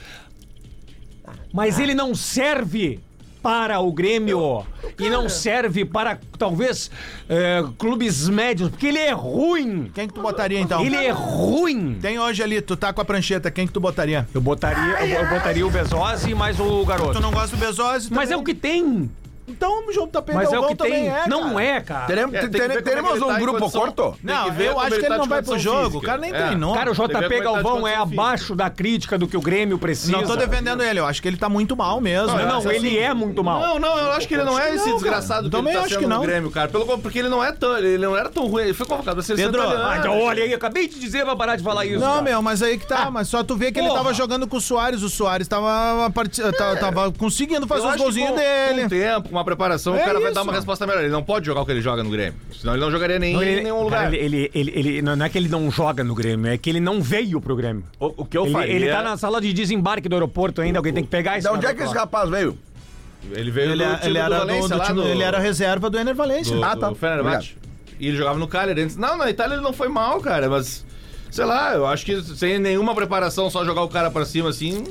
Speaker 6: Mas ele não serve para o Grêmio e não serve para, talvez, eh, clubes médios, porque ele é ruim.
Speaker 3: Quem que tu botaria então?
Speaker 6: Ele é ruim.
Speaker 3: Tem hoje ali, tu tá com a prancheta, quem que tu botaria?
Speaker 6: Eu botaria, eu, eu botaria o Bezose e mais o
Speaker 3: Tu
Speaker 6: garoto.
Speaker 3: não gosta do Bezos?
Speaker 6: Mas é o que tem.
Speaker 3: Então o João tá
Speaker 6: Mas é o que tem.
Speaker 3: também é,
Speaker 6: não
Speaker 3: cara.
Speaker 6: é, cara.
Speaker 2: Teremos,
Speaker 4: É, tem que
Speaker 2: tere-
Speaker 4: ver como
Speaker 2: teremos
Speaker 4: ele tá
Speaker 2: um
Speaker 4: em
Speaker 2: grupo
Speaker 4: condição.
Speaker 2: corto?
Speaker 4: Tem
Speaker 3: Não,
Speaker 4: que ver
Speaker 3: eu
Speaker 4: como
Speaker 3: acho que ele
Speaker 4: tá
Speaker 3: não
Speaker 4: de
Speaker 3: vai pro
Speaker 4: condição
Speaker 3: jogo,
Speaker 4: física.
Speaker 3: o cara nem
Speaker 4: É.
Speaker 3: treinou.
Speaker 6: Cara, o
Speaker 4: Tem que ver
Speaker 6: JP
Speaker 4: como ele tá de
Speaker 6: Galvão é
Speaker 4: condição física.
Speaker 6: abaixo da crítica do que o Grêmio precisa.
Speaker 3: Não tô defendendo ele, eu acho que ele tá muito mal mesmo.
Speaker 6: Não,
Speaker 3: né?
Speaker 6: não, ele é muito mal.
Speaker 4: Não, não, eu acho que ele não é
Speaker 3: que
Speaker 4: esse
Speaker 3: não,
Speaker 4: desgraçado
Speaker 3: cara.
Speaker 4: que ele
Speaker 3: Também
Speaker 4: tá
Speaker 3: acho
Speaker 4: sendo
Speaker 3: que não.
Speaker 4: no Grêmio, cara. Pelo contrário, porque ele não é tão, ele não era tão ruim, ele foi convocado pra seleção
Speaker 3: Pedro,
Speaker 6: Ah,
Speaker 4: italiana.
Speaker 6: então, olha aí, acabei de dizer, vai parar de falar isso.
Speaker 3: Não,
Speaker 6: cara.
Speaker 3: meu, mas aí que tá. Mas só tu vê que ele
Speaker 6: Ah. porra. É.
Speaker 3: tava jogando com o Soares. O Soares tava, parti- tá- tava conseguindo
Speaker 4: Eu
Speaker 3: fazer os
Speaker 4: acho que
Speaker 3: golzinhos
Speaker 4: com,
Speaker 3: dele.
Speaker 4: Com tempo, com uma preparação, o
Speaker 3: É
Speaker 4: cara vai dar
Speaker 3: isso.
Speaker 4: uma resposta melhor. Ele não pode jogar o que ele joga no Grêmio. Senão ele não jogaria nem
Speaker 6: Não,
Speaker 4: em
Speaker 6: ele,
Speaker 4: nenhum lugar.
Speaker 6: cara, ele, ele, ele- ele- não é que ele não joga no Grêmio, é que ele não veio pro Grêmio.
Speaker 4: o, o que eu
Speaker 6: ele,
Speaker 4: faria...
Speaker 6: ele tá
Speaker 2: é-
Speaker 6: na sala de desembarque do aeroporto ainda, alguém tem que pegar isso.
Speaker 2: Da onde é que esse rapaz veio?
Speaker 4: Ele veio
Speaker 3: Ele,
Speaker 4: do
Speaker 3: ele
Speaker 4: time do
Speaker 3: era do-
Speaker 4: Valência,
Speaker 3: do
Speaker 4: lá
Speaker 3: time-
Speaker 4: do-
Speaker 3: ele era reserva do Ener Valencia.
Speaker 4: do,
Speaker 2: Ah, tá.
Speaker 4: do Fenerbahçe. E ele jogava no Cagliari antes. Não, na Itália ele não foi mal, cara, mas... Sei lá, eu acho que sem nenhuma preparação, só jogar o cara pra cima assim...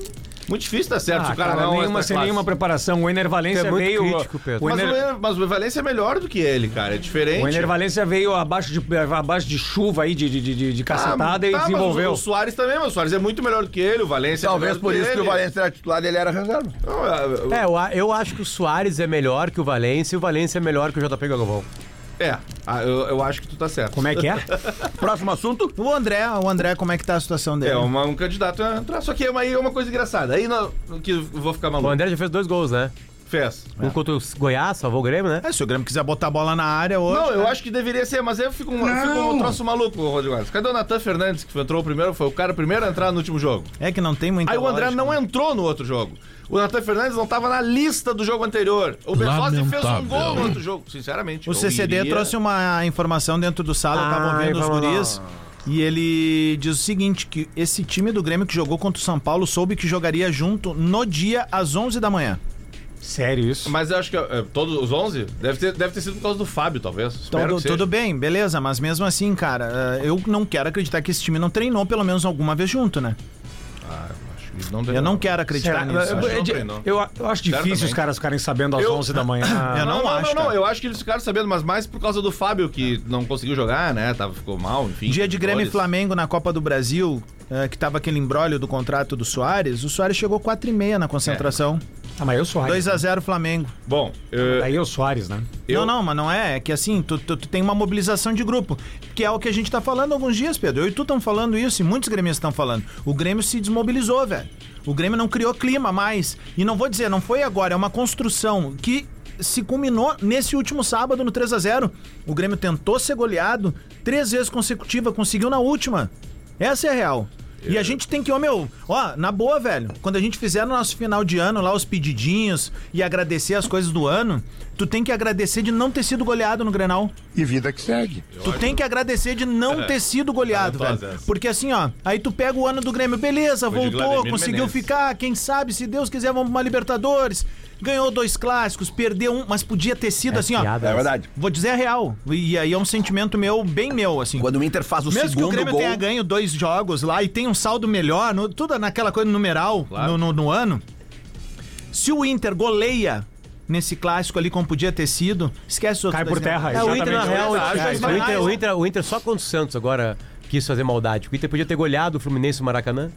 Speaker 4: Muito difícil dar certo se
Speaker 6: Ah,
Speaker 4: o cara,
Speaker 6: cara,
Speaker 4: não é
Speaker 6: nenhuma,
Speaker 4: extra
Speaker 6: sem
Speaker 4: classe.
Speaker 6: nenhuma preparação. O Ener Valência
Speaker 7: É muito
Speaker 6: veio.
Speaker 7: crítico, Pedro.
Speaker 6: O
Speaker 4: Mas,
Speaker 6: Ener,
Speaker 4: o Ener- mas o Valência é melhor do que ele, cara. É diferente.
Speaker 6: o Ener Valência veio abaixo de, abaixo de chuva aí, de, de, de, de cacetada e
Speaker 4: Ah, tá, mas
Speaker 6: desenvolveu.
Speaker 4: o, o Soares também, mas o Soares é muito melhor do que ele, o Valência. é
Speaker 2: Talvez
Speaker 4: melhor do
Speaker 2: por isso que
Speaker 4: ele.
Speaker 2: o Valência era titular e ele era reserva.
Speaker 4: Não, é,
Speaker 7: É, eu, a- eu acho que o Soares é melhor que o Valência e o Valência é melhor que o JP Galvão.
Speaker 4: é, ah, eu, eu acho que tu tá certo.
Speaker 6: Como é que é?
Speaker 2: Próximo assunto.
Speaker 3: O André, o André, como é que tá a situação
Speaker 6: né?
Speaker 3: dele?
Speaker 4: É uma- um candidato a entrar, só que é uma, aí é uma coisa engraçada. Aí não, que eu vou ficar
Speaker 7: O
Speaker 4: maluco.
Speaker 7: André já fez dois gols, né?
Speaker 4: Fez.
Speaker 7: Um contra o Goiás, salvou o Grêmio, né?
Speaker 3: É, se o Grêmio quiser botar a bola na área hoje. né?
Speaker 4: Não, eu acho que deveria ser, mas aí eu fico um, eu fico um troço maluco, Rodrigo. Alves. Cadê o Natan Fernandes, que entrou primeiro? Foi o cara primeiro a entrar no último jogo.
Speaker 3: É que não tem muita
Speaker 4: Aí o André
Speaker 3: lógica.
Speaker 4: não é entrou no outro jogo. O Natan Fernandes não tava na lista do jogo anterior. O Bezossi fez um gol no outro jogo, sinceramente.
Speaker 3: O
Speaker 4: eu
Speaker 3: CCD
Speaker 4: iria-
Speaker 3: trouxe um- uma informação dentro do sala, eu tava
Speaker 7: Ah,
Speaker 3: ouvindo os
Speaker 7: vamos lá.
Speaker 3: guris. E ele diz o seguinte, que esse time do Grêmio que jogou contra o São Paulo soube que jogaria junto no dia às 11 da manhã.
Speaker 6: Sério isso?
Speaker 4: Mas eu acho que eh, todos os 11 deve ter, deve ter sido por causa do Fábio, talvez. Espero
Speaker 3: Tudo,
Speaker 4: que seja.
Speaker 3: Então, tudo bem, beleza, mas mesmo assim, cara, eh, eu não quero acreditar que esse time não treinou pelo menos alguma vez junto, né?
Speaker 4: Acho que não
Speaker 3: Eu não quero acreditar
Speaker 6: Será?
Speaker 3: nisso.
Speaker 4: acho que não
Speaker 6: Eu- eu-
Speaker 4: treinou.
Speaker 6: eu, eu acho difícil
Speaker 4: Certamente.
Speaker 6: os caras ficarem sabendo às
Speaker 4: Eu-
Speaker 6: 11 da manhã.
Speaker 3: Eu não acho,
Speaker 4: Não, não,
Speaker 3: cara.
Speaker 4: eu acho que eles ficaram sabendo, mas mais por causa do Fábio, que não conseguiu jogar, né? Tava, ficou mal, enfim.
Speaker 3: Dia de Grêmio e
Speaker 4: Dores.
Speaker 3: Flamengo na Copa do Brasil, eh, que tava aquele embrólio do contrato do Soares, o Soares chegou 4 e meia na concentração.
Speaker 6: Ah, mas eu
Speaker 4: É.
Speaker 6: Soares.
Speaker 3: 2x0 Flamengo.
Speaker 4: Bom, eh,
Speaker 6: Daí eu Soares, né?
Speaker 4: Eu-
Speaker 3: Não, não, mas não é. É que assim, tu, tu- tu tem uma mobilização de grupo. Que é o que a gente tá falando há alguns dias, Pedro. Eu e tu estão falando isso, e muitos gremistas estão falando. O Grêmio se desmobilizou, velho. O Grêmio não criou clima mais. E não vou dizer, não foi agora, é uma construção que se culminou nesse último sábado no 3 a 0 O Grêmio tentou ser goleado três vezes consecutiva, conseguiu na última. Essa é a real. E a gente tem que, ó, meu, ó, na boa, velho. Quando a gente fizer no nosso final de ano lá os pedidinhos e agradecer as coisas do ano, tu tem que agradecer de não ter sido goleado no Grenal.
Speaker 8: E vida que segue.
Speaker 3: Tu tem que agradecer de não
Speaker 4: É.
Speaker 3: ter sido goleado,
Speaker 4: todas
Speaker 3: velho.
Speaker 4: essas.
Speaker 3: Porque assim, ó, aí tu pega o ano do Grêmio, beleza,
Speaker 4: Foi de
Speaker 3: voltou,
Speaker 4: Vladimir
Speaker 3: conseguiu
Speaker 4: Menezes.
Speaker 3: ficar, quem sabe, se Deus quiser, vamos pra uma Libertadores. Ganhou dois clássicos, perdeu um, mas podia ter sido assim, ó.
Speaker 7: piada.
Speaker 2: É verdade.
Speaker 3: Vou dizer a real. E aí é um sentimento meu, bem meu, assim.
Speaker 2: Quando o Inter faz o
Speaker 3: Mesmo que o
Speaker 2: segundo
Speaker 3: Grêmio
Speaker 2: gol.
Speaker 3: tenha ganho dois jogos lá e tenha um saldo melhor, no- tudo naquela coisa numeral no, no- no ano. Se o Inter goleia nesse clássico ali, como podia ter sido, esquece os outros
Speaker 6: Cai
Speaker 3: dois
Speaker 6: por
Speaker 3: negócios.
Speaker 6: terra,
Speaker 7: É, o Inter, na
Speaker 6: exatamente.
Speaker 7: real, o
Speaker 4: Acho
Speaker 7: Inter,
Speaker 4: que
Speaker 7: o
Speaker 3: vai
Speaker 7: Inter,
Speaker 3: mais,
Speaker 7: o
Speaker 3: né?
Speaker 7: Inter- o Inter só contra o Santos agora quis fazer maldade. O Inter podia ter goleado o Fluminense e o Maracanã.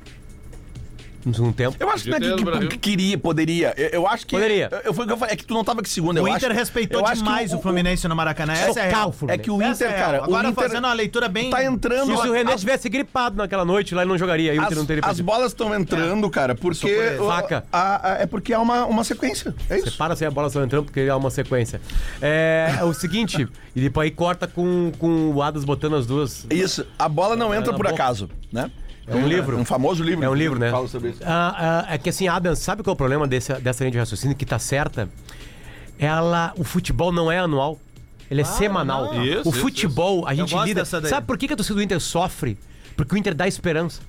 Speaker 7: No segundo tempo.
Speaker 2: Eu acho que não é que,
Speaker 4: Certeza,
Speaker 2: que,
Speaker 4: Brasil.
Speaker 2: que queria, poderia. Eu, eu acho que.
Speaker 7: Poderia.
Speaker 2: Eu, eu, foi o que eu falei, é que tu não tava que segundo, eu
Speaker 3: o
Speaker 2: acho.
Speaker 3: Inter respeitou
Speaker 2: eu acho que
Speaker 3: demais o, Fluminense no Maracanã. Essa é a
Speaker 7: Socar
Speaker 3: real.
Speaker 7: o Fluminense.
Speaker 2: É que o
Speaker 3: Essa
Speaker 2: Inter,
Speaker 3: é a real.
Speaker 2: cara.
Speaker 3: Agora
Speaker 2: o Inter
Speaker 3: fazendo uma leitura bem...
Speaker 2: tá entrando.
Speaker 7: Se o René
Speaker 2: as,
Speaker 7: tivesse gripado naquela noite lá, ele não jogaria. Aí o Inter não teria
Speaker 2: as
Speaker 7: perdido.
Speaker 2: bolas estão
Speaker 3: É.
Speaker 2: entrando, cara, porque.
Speaker 7: Socorro.
Speaker 2: o-
Speaker 7: Vaca.
Speaker 2: a- a- é porque há uma, uma sequência. É isso.
Speaker 7: Separa sem a bola só entrando, porque há uma sequência. É, é o seguinte, e depois aí corta com, com o Adas botando as duas.
Speaker 2: Isso. A bola não entra
Speaker 7: na
Speaker 2: por
Speaker 7: boca.
Speaker 2: acaso, né?
Speaker 7: É um livro.
Speaker 2: Um famoso livro.
Speaker 7: É um livro, né?
Speaker 2: Fala sobre isso.
Speaker 7: Ah, ah, é que assim, Adam, sabe qual é o problema desse, dessa linha de raciocínio que tá certa? Ela, o futebol não é anual. Ele é semanal.
Speaker 4: não. Isso,
Speaker 7: o
Speaker 4: isso,
Speaker 7: futebol, a gente
Speaker 3: gosto
Speaker 7: lida.
Speaker 3: dessa daí.
Speaker 7: Sabe por que que a torcida do Inter sofre? Porque o Inter dá esperança.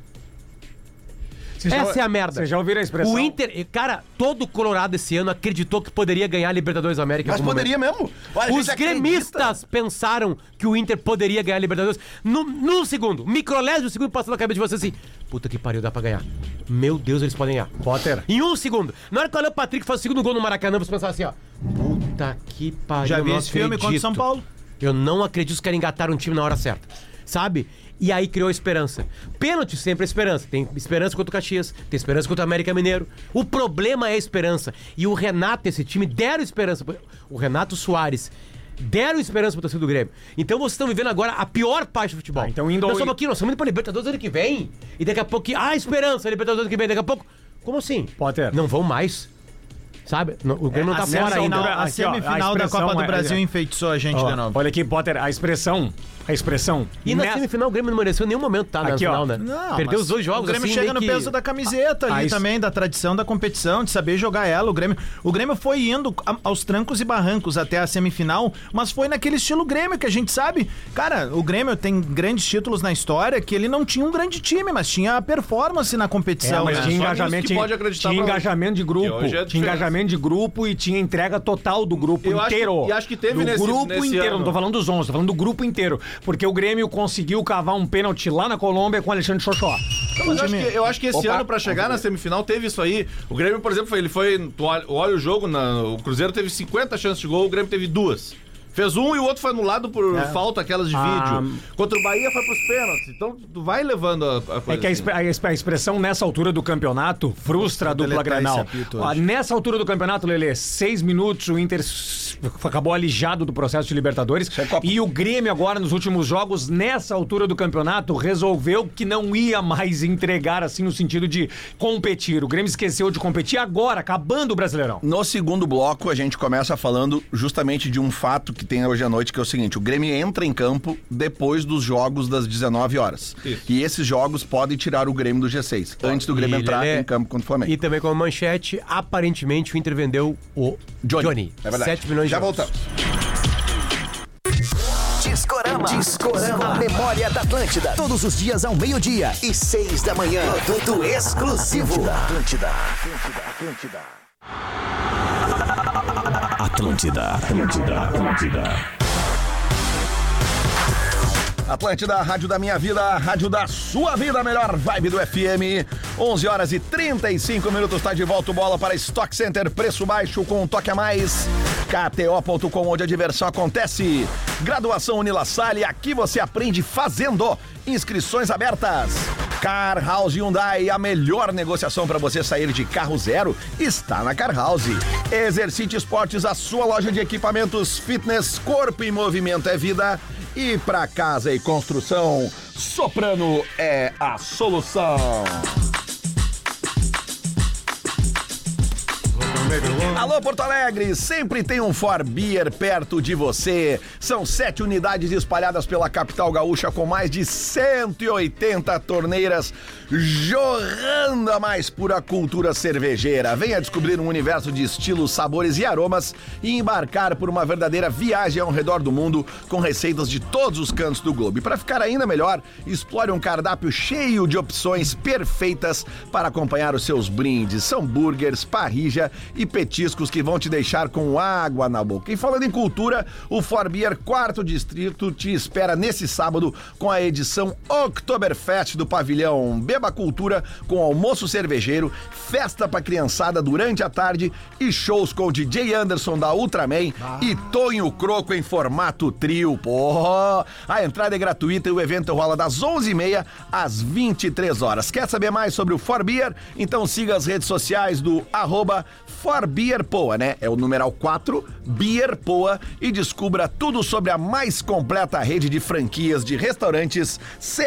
Speaker 6: Vocês
Speaker 7: Essa
Speaker 6: já-
Speaker 7: é a merda.
Speaker 6: Vocês já ouviram a expressão?
Speaker 7: O Inter, cara, todo o Colorado esse ano acreditou que poderia ganhar a Libertadores da América. em
Speaker 2: Mas
Speaker 7: algum momento.
Speaker 2: poderia mesmo. Olha, a
Speaker 7: Os
Speaker 2: gente acredita.
Speaker 7: gremistas pensaram que o Inter poderia ganhar a Libertadores. Num, num segundo, microlésio, o segundo passou na cabeça de vocês assim. Puta que pariu, dá pra ganhar. Meu Deus, eles podem ganhar.
Speaker 6: Potter.
Speaker 7: Em um segundo. Na hora que o Alan Patrick faz o segundo gol no Maracanã, você pensar assim, ó. Puta que pariu.
Speaker 3: Já
Speaker 7: eu
Speaker 3: vi
Speaker 7: não
Speaker 3: esse filme contra o
Speaker 7: acredito.
Speaker 3: São Paulo.
Speaker 7: Eu não acredito que eles engataram um time na hora certa. Sabe? E aí criou a esperança. Pênalti sempre é esperança. Tem esperança contra o Caxias, tem esperança contra o América Mineiro. O problema é a esperança. E o Renato, esse time, deram esperança. pro- O Renato Soares deram esperança pro torcedor do Grêmio. Então vocês estão vivendo agora a pior parte do futebol.
Speaker 6: Tá, então indo ao-
Speaker 7: Nós estamos aqui, nós estamos indo pra Libertadores ano que vem. E daqui a pouco. que- Ah, esperança, Libertadores ano que vem. Daqui a pouco. Como assim?
Speaker 6: Potter.
Speaker 7: Não vão mais. Sabe? Não- O
Speaker 6: É,
Speaker 7: Grêmio não tá
Speaker 3: a
Speaker 7: fora
Speaker 3: semifinal,
Speaker 7: ainda.
Speaker 3: a
Speaker 6: Aqui, ó, a
Speaker 3: semifinal da
Speaker 6: expressão
Speaker 3: Copa do
Speaker 6: é-
Speaker 3: Brasil
Speaker 6: é-
Speaker 3: enfeitiçou a gente
Speaker 6: Ó,
Speaker 3: de novo.
Speaker 6: olha aqui, Potter, a expressão. A expressão.
Speaker 7: E na
Speaker 6: nessa-
Speaker 7: semifinal o Grêmio não mereceu nenhum momento, tá? Na
Speaker 6: Aqui, ó.
Speaker 7: final, né? Perdeu
Speaker 3: mas
Speaker 7: os dois jogos.
Speaker 3: O Grêmio
Speaker 7: assim,
Speaker 3: chega
Speaker 7: meio
Speaker 3: no
Speaker 7: que-
Speaker 3: peso da camiseta
Speaker 6: Ah,
Speaker 3: ali
Speaker 6: isso-
Speaker 3: também, da tradição da competição, de saber jogar ela. O Grêmio, o Grêmio foi indo a- aos trancos e barrancos até a semifinal, mas foi naquele estilo Grêmio que a gente sabe. Cara, o Grêmio tem grandes títulos na históa que ele não tinha um grande time, mas tinha a performance na
Speaker 6: É,
Speaker 3: competição.
Speaker 6: mas
Speaker 3: né?
Speaker 7: um
Speaker 6: tinha
Speaker 4: Só
Speaker 6: engajamento,
Speaker 4: nisso que
Speaker 6: tinha-
Speaker 4: pode acreditar
Speaker 6: tinha
Speaker 4: pra-
Speaker 6: engajamento de
Speaker 4: Que
Speaker 6: grupo,
Speaker 4: hoje é
Speaker 6: tinha
Speaker 4: diferente.
Speaker 6: engajamento de grupo e tinha entrega total do grupo
Speaker 4: Eu acho que-
Speaker 6: inteiro.
Speaker 4: e acho que teve
Speaker 6: do
Speaker 4: nesse-
Speaker 6: grupo
Speaker 4: nesse
Speaker 6: inteiro,
Speaker 4: ano.
Speaker 6: não tô falando dos 11, tô falando do grupo inteiro, porque o Grêmio conseguiu cavar um pênalti lá na Colômbia com o Alexandre Xoxó.
Speaker 4: Não, mas eu, acho que, eu acho que esse
Speaker 6: Opa,
Speaker 4: ano, pra chegar na semifinal, teve isso aí. O Grêmio, por exemplo, foi, ele foi. Tu olha, olha o jogo, na- o Cruzeiro teve 50 chances de gol, o Grêmio teve duas. Fez um e o outro foi anulado por falta, aquelas de
Speaker 6: Ah.
Speaker 4: vídeo. Contra o Bahia foi pros pênaltis. Então, tu vai levando a, a coisa.
Speaker 6: É que a,
Speaker 4: assim.
Speaker 6: exp- a exp- a expressão nessa altura do campeonato frustra a dupla
Speaker 3: deletar esse
Speaker 6: Granal.
Speaker 3: apito
Speaker 6: Ah, Nessa altura do campeonato, Lelê, seis minutos, o Inter s- acabou alijado do processo de Libertadores.
Speaker 2: é Copa.
Speaker 6: E o Grêmio agora, nos últimos jogos, nessa altura do campeonato, resolveu que não ia mais entregar, assim, no sentido de competir. O Grêmio esqueceu de competir agora, acabando o Brasileirão.
Speaker 2: No segundo bloco, a gente começa falando justamente de um fato que tem hoje à noite, que é o seguinte: o Grêmio entra em campo depois dos jogos das 19 horas. E esses jogos podem tirar o Grêmio do G6, antes do Grêmio
Speaker 7: E,
Speaker 2: entrar
Speaker 7: Lelê,
Speaker 2: em campo contra o Flamengo.
Speaker 7: né? E também com a manchete, aparentemente o Inter vendeu o Johnny.
Speaker 2: É verdade.
Speaker 7: 7 milhões de
Speaker 2: Já
Speaker 7: euros.
Speaker 2: voltamos.
Speaker 9: Discorama. Discorama. Memória da Atlântida. Todos os dias ao meio-dia e seis da manhã. Produto exclusivo. Atlântida. Atlântida. Atlântida.
Speaker 1: Atlântida, Atlântida, Atlântida.
Speaker 2: Atlântida, a rádio da minha vida, a rádio da sua vida, a melhor vibe do FM. 11 horas e 35 minutos, tá de volta o bola para Stock Center, preço baixo com um toque a mais. KTO.com, onde a diversão acontece. Graduação Unilassalle, aqui você aprende fazendo. Inscrições abertas. Car House Hyundai, a melhor negociação para você sair de carro zero está na Car House. Exercite Esportes, a sua loja de equipamentos fitness, corpo em movimento é vida. E para casa e construção, Soprano é a solução. Alô Porto Alegre, sempre tem um For Beer perto de você. São sete unidades espalhadas pela capital gaúcha com mais de 180 torneiras jorrando a mais pura cultura cervejeira. Venha descobrir um universo de estilos, sabores e aromas e embarcar por uma verdadeira viagem ao redor do mundo com receitas de todos os cantos do globo. E para ficar ainda melhor, explore um cardápio cheio de opções perfeitas para acompanhar os seus brindes. São burgers, parrija e petiscos que vão te deixar com água na boca. E falando em cultura, o Forbier Quarto Distrito te espera nesse sábado com a edição Oktoberfest do pavilhão Beba Cultura com almoço cervejeiro, festa pra criançada durante a tarde e shows com DJ Anderson da Ultraman e Tonho Croco em formato trio. Pô, a entrada é gratuita e o evento rola das 11h30 às 23 horas. Quer saber mais sobre o Forbier? Então siga as redes sociais do arroba For Beer Poa, né? É o numeral 4, Beer Poa, e descubra tudo sobre a mais completa rede de franquias de restaurantes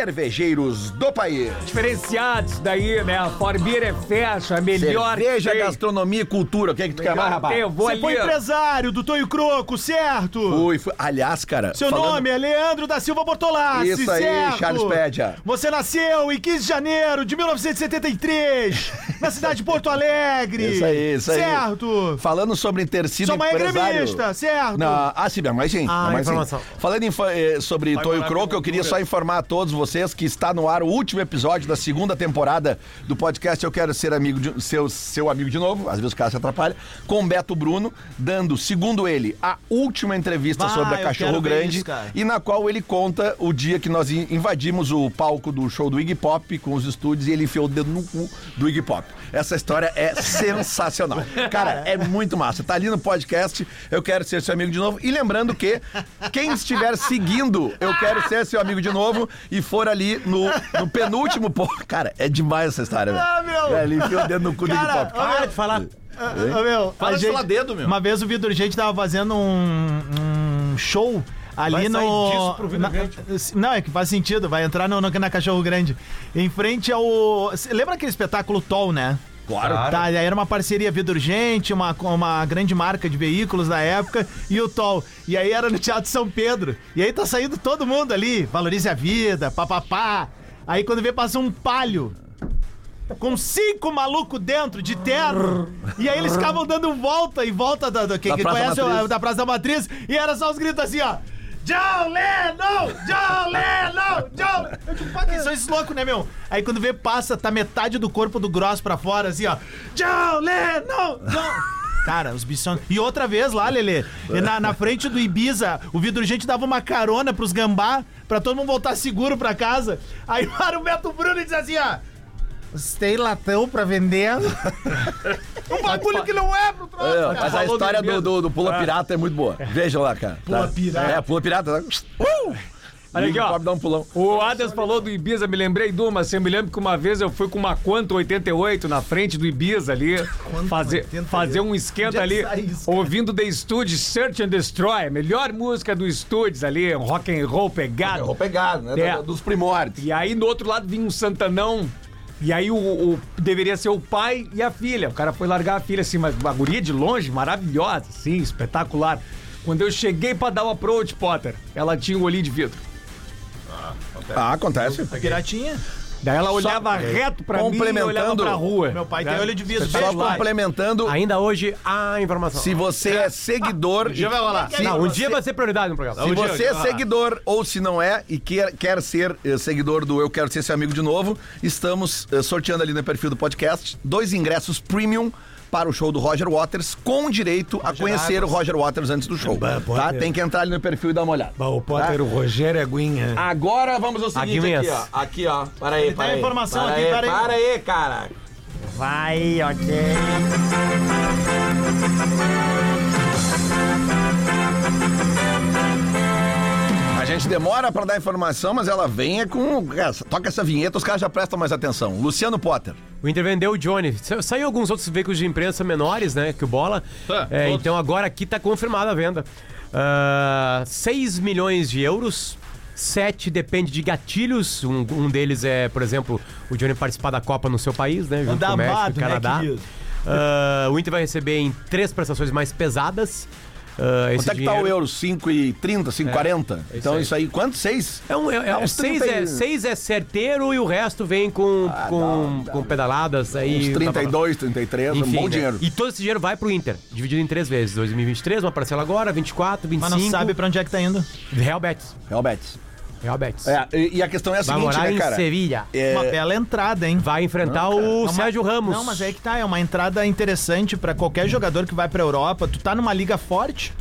Speaker 2: cervejeiros do país.
Speaker 6: Diferenciados daí, né? A Forbir é festa, a melhor.
Speaker 2: Cerveja,
Speaker 6: que tem.
Speaker 2: gastronomia e cultura. O que é que tu quer mais, rapaz?
Speaker 6: Eu vou
Speaker 3: Você foi
Speaker 6: ali. ó.
Speaker 3: empresário do Tonho Croco, certo?
Speaker 2: Fui, fui. Aliás, cara.
Speaker 3: Seu
Speaker 2: falando-
Speaker 3: nome é Leandro da Silva Bortolassi,
Speaker 2: Isso aí,
Speaker 3: certo?
Speaker 2: Charles Pédia.
Speaker 3: Você nasceu em 15 de janeiro de 1973, na cidade de Porto Alegre.
Speaker 2: Isso aí, isso aí.
Speaker 3: Certo?
Speaker 2: Falando sobre ter sido
Speaker 3: Sua mãe é
Speaker 2: empresário.
Speaker 3: gremista, certo?
Speaker 2: Na- ah, sim, minha mãe sim.
Speaker 7: Ah,
Speaker 2: minha mãe, sim.
Speaker 7: informação.
Speaker 2: Falando em fa- eh, sobre Tonho
Speaker 4: morar
Speaker 2: Croco,
Speaker 4: com
Speaker 2: eu queria
Speaker 4: cultura.
Speaker 2: só informar a todos vocês que está no ar o último episódio da segunda temporada do podcast Eu Quero Ser Amigo de, seu, seu Amigo de Novo, às vezes o cara se atrapalha, com Beto Bruno, dando, segundo ele, a última entrevista
Speaker 3: Bah,
Speaker 2: sobre a
Speaker 3: eu
Speaker 2: Cachorro
Speaker 3: quero ver
Speaker 2: Grande
Speaker 3: isso, cara.
Speaker 2: e na qual ele conta o dia que nós in- invadimos o palco do show do Iggy Pop com os estúdios e ele enfiou o dedo no cu do Iggy Pop. Essa história é sensacional. Cara, é muito massa. Tá ali no podcast, eu quero ser seu amigo de novo. E lembrando que quem estiver seguindo, eu quero ser seu amigo de novo e for ali no, no penúltimo ponto. Cara, é demais essa história, velho.
Speaker 3: Ah, meu.
Speaker 2: É, Ele enfiou o dedo no cu do Iggy
Speaker 3: Cara,
Speaker 2: Pop.
Speaker 7: Para de falar.
Speaker 3: Ah, ah, meu,
Speaker 4: Para
Speaker 3: a
Speaker 4: de
Speaker 3: gente-
Speaker 4: falar dedo, meu.
Speaker 3: Uma vez o Vitor Gente tava fazendo um, um show ali
Speaker 4: Vai sair
Speaker 3: no.
Speaker 4: disso pro Vitor
Speaker 3: na- não, é que faz sentido, vai entrar no, no- na Cachorro Grande. Em frente ao. cê Lembra aquele espetáculo Toll, né?
Speaker 2: Claro.
Speaker 3: Tá, e aí era uma parceria Vitor Gente, uma, uma grande marca de veículos da época, e o Tol. E aí era no Teatro São Pedro. E aí tá saindo todo mundo ali, valorize a vida, papapá. Aí quando vê, passa um palho. Com cinco malucos dentro de terno. E aí eles ficavam dando volta e volta da, da, quem
Speaker 2: Da
Speaker 3: quem
Speaker 2: Praça
Speaker 3: conhece
Speaker 2: Matriz.
Speaker 3: o- da Praça da Matriz. E era só os gritos assim, ó. John Lennon! John Lennon! John... Eu digo, pá, quem são esses loucos, né, meu? Aí quando vê, passa, tá metade do corpo do Gross pra fora, assim, ó. John Lennon! John... Cara, os bichos... E outra vez lá, Lelê, na, na frente do Ibiza, o Vidro Gente dava uma carona pros gambá pra todo mundo voltar seguro pra casa. Aí para o Beto Bruno e diz assim, ó... Você tem latão pra vender? um bagulho que não é pro troço,
Speaker 2: É,
Speaker 3: cara.
Speaker 2: mas a história do, do, do Pula Pirata é muito boa. Vejam lá, cara. Pula
Speaker 3: Pirata.
Speaker 2: É, Pula Pirata. tá? Uh!
Speaker 6: Olha aqui,
Speaker 2: Iggy
Speaker 6: ó.
Speaker 2: Pop dá um pulão.
Speaker 6: O Adas falou do Ibiza, me lembrei de uma, assim, eu me lembro que uma vez eu fui com uma Quanto 88 na frente do Ibiza ali, fazer,
Speaker 3: 88?
Speaker 6: fazer um esquenta
Speaker 3: Onde é
Speaker 6: ali,
Speaker 3: que sai isso, cara?
Speaker 6: ouvindo The Studios, Search and Destroy, melhor música do Studios ali, um rock and roll
Speaker 2: Eu
Speaker 6: pegado.
Speaker 2: vou pegar, né?
Speaker 6: É.
Speaker 2: Da- Dos primórdios.
Speaker 6: E aí do outro lado vinha um Santanão. E aí o, o- deveria ser o pai e a filha. O cara foi largar a filha assim, mas uma guria de longe, maravilhosa, assim, espetacular. Quando eu cheguei pra dar o approach, Potter, ela tinha um olhinho de vidro.
Speaker 2: Ah, acontece.
Speaker 3: É Piratinha?
Speaker 6: Daí ela olhava reto pra mim e olhava
Speaker 2: complementando-
Speaker 6: pra rua.
Speaker 3: Meu pai tem
Speaker 6: Cara,
Speaker 3: olho de vidro.
Speaker 2: Só
Speaker 3: Beijo, pai.
Speaker 2: complementando,
Speaker 7: Ainda hoje há informação.
Speaker 2: se você é seguidor.
Speaker 4: Já vai rolar.
Speaker 2: Se,
Speaker 7: Não, um dia vai ser prioridade no programa.
Speaker 2: se
Speaker 4: um dia,
Speaker 2: você é
Speaker 7: ah.
Speaker 4: vai lá.
Speaker 2: seguidor ou se não é e quer, quer ser eh, seguidor do Eu Quero Ser Seu Amigo de Novo, estamos eh, sorteando ali no perfil do podcast dois ingressos premium para o show do Roger Waters, com direito a conhecer o Roger Waters antes do show. Tá? Tem que entrar ali no perfil e dar uma olhada.
Speaker 6: O Potter, o Rogério é aguinha.
Speaker 8: Agora vamos ao seguinte
Speaker 7: Aguinhas.
Speaker 8: aqui, ó. Aqui, ó. Para aí,
Speaker 3: Ele
Speaker 8: para
Speaker 3: dá
Speaker 8: aí.
Speaker 3: informação
Speaker 8: para
Speaker 3: aqui, para aí.
Speaker 8: Para aí, cara.
Speaker 3: Vai, ok.
Speaker 2: A gente Laje demora pra dar informação, mas ela vem é com. essa- Toca essa vinheta, os caras já prestam mais atenção. Luciano Potter.
Speaker 7: O Inter vendeu o Johnny. Sa- Saiu alguns outros veículos de imprensa menores, né? Que o Bola.
Speaker 4: Tá,
Speaker 7: É,
Speaker 4: todos.
Speaker 7: então agora aqui tá confirmada a venda. Ah, 6 milhões de euros. 7 depende de gatilhos. Um, um deles é, por exemplo, o Johnny participar da Copa no seu país, né? Junto com o México,
Speaker 3: Andabado,
Speaker 7: e
Speaker 3: né,
Speaker 7: Canadá.
Speaker 3: querido?
Speaker 7: Ah, o Inter vai receber em três prestações mais pesadas. Ah, esse
Speaker 2: Quanto é que tá
Speaker 7: dinheiro- É,
Speaker 2: o euro? 5,30, 5,40? então
Speaker 7: aí.
Speaker 2: isso aí, quanto? 6?
Speaker 7: É um, é, é,
Speaker 2: uns
Speaker 7: seis,
Speaker 2: 30
Speaker 7: é,
Speaker 2: e- Ah,
Speaker 7: seis é certeiro e o resto vem com, com, com pedaladas aí.
Speaker 2: Uns
Speaker 7: blá, blá, blá.
Speaker 2: 32, 33,
Speaker 7: tá Enfim,
Speaker 2: um bom
Speaker 7: né?
Speaker 2: dinheiro.
Speaker 7: E todo esse dinheiro vai pro Inter, dividido em três vezes. 2023, uma parcela agora, 24, 25.
Speaker 3: Mas não sabe pra onde é que tá indo.
Speaker 7: Real Betis.
Speaker 2: Real Betis.
Speaker 7: Real Betis.
Speaker 2: É, e, e a questão é a
Speaker 7: vai
Speaker 2: seguinte,
Speaker 7: morar
Speaker 2: né,
Speaker 7: em
Speaker 2: cara?
Speaker 7: Sevilha.
Speaker 2: É,
Speaker 3: Uma bela entrada, hein?
Speaker 7: Vai enfrentar o
Speaker 3: Não,
Speaker 7: Sérgio
Speaker 3: mas-
Speaker 7: Ramos.
Speaker 3: Não, mas é que tá, é uma entrada interessante pra qualquer jogador que vai pra Europa. Tu tá numa liga forte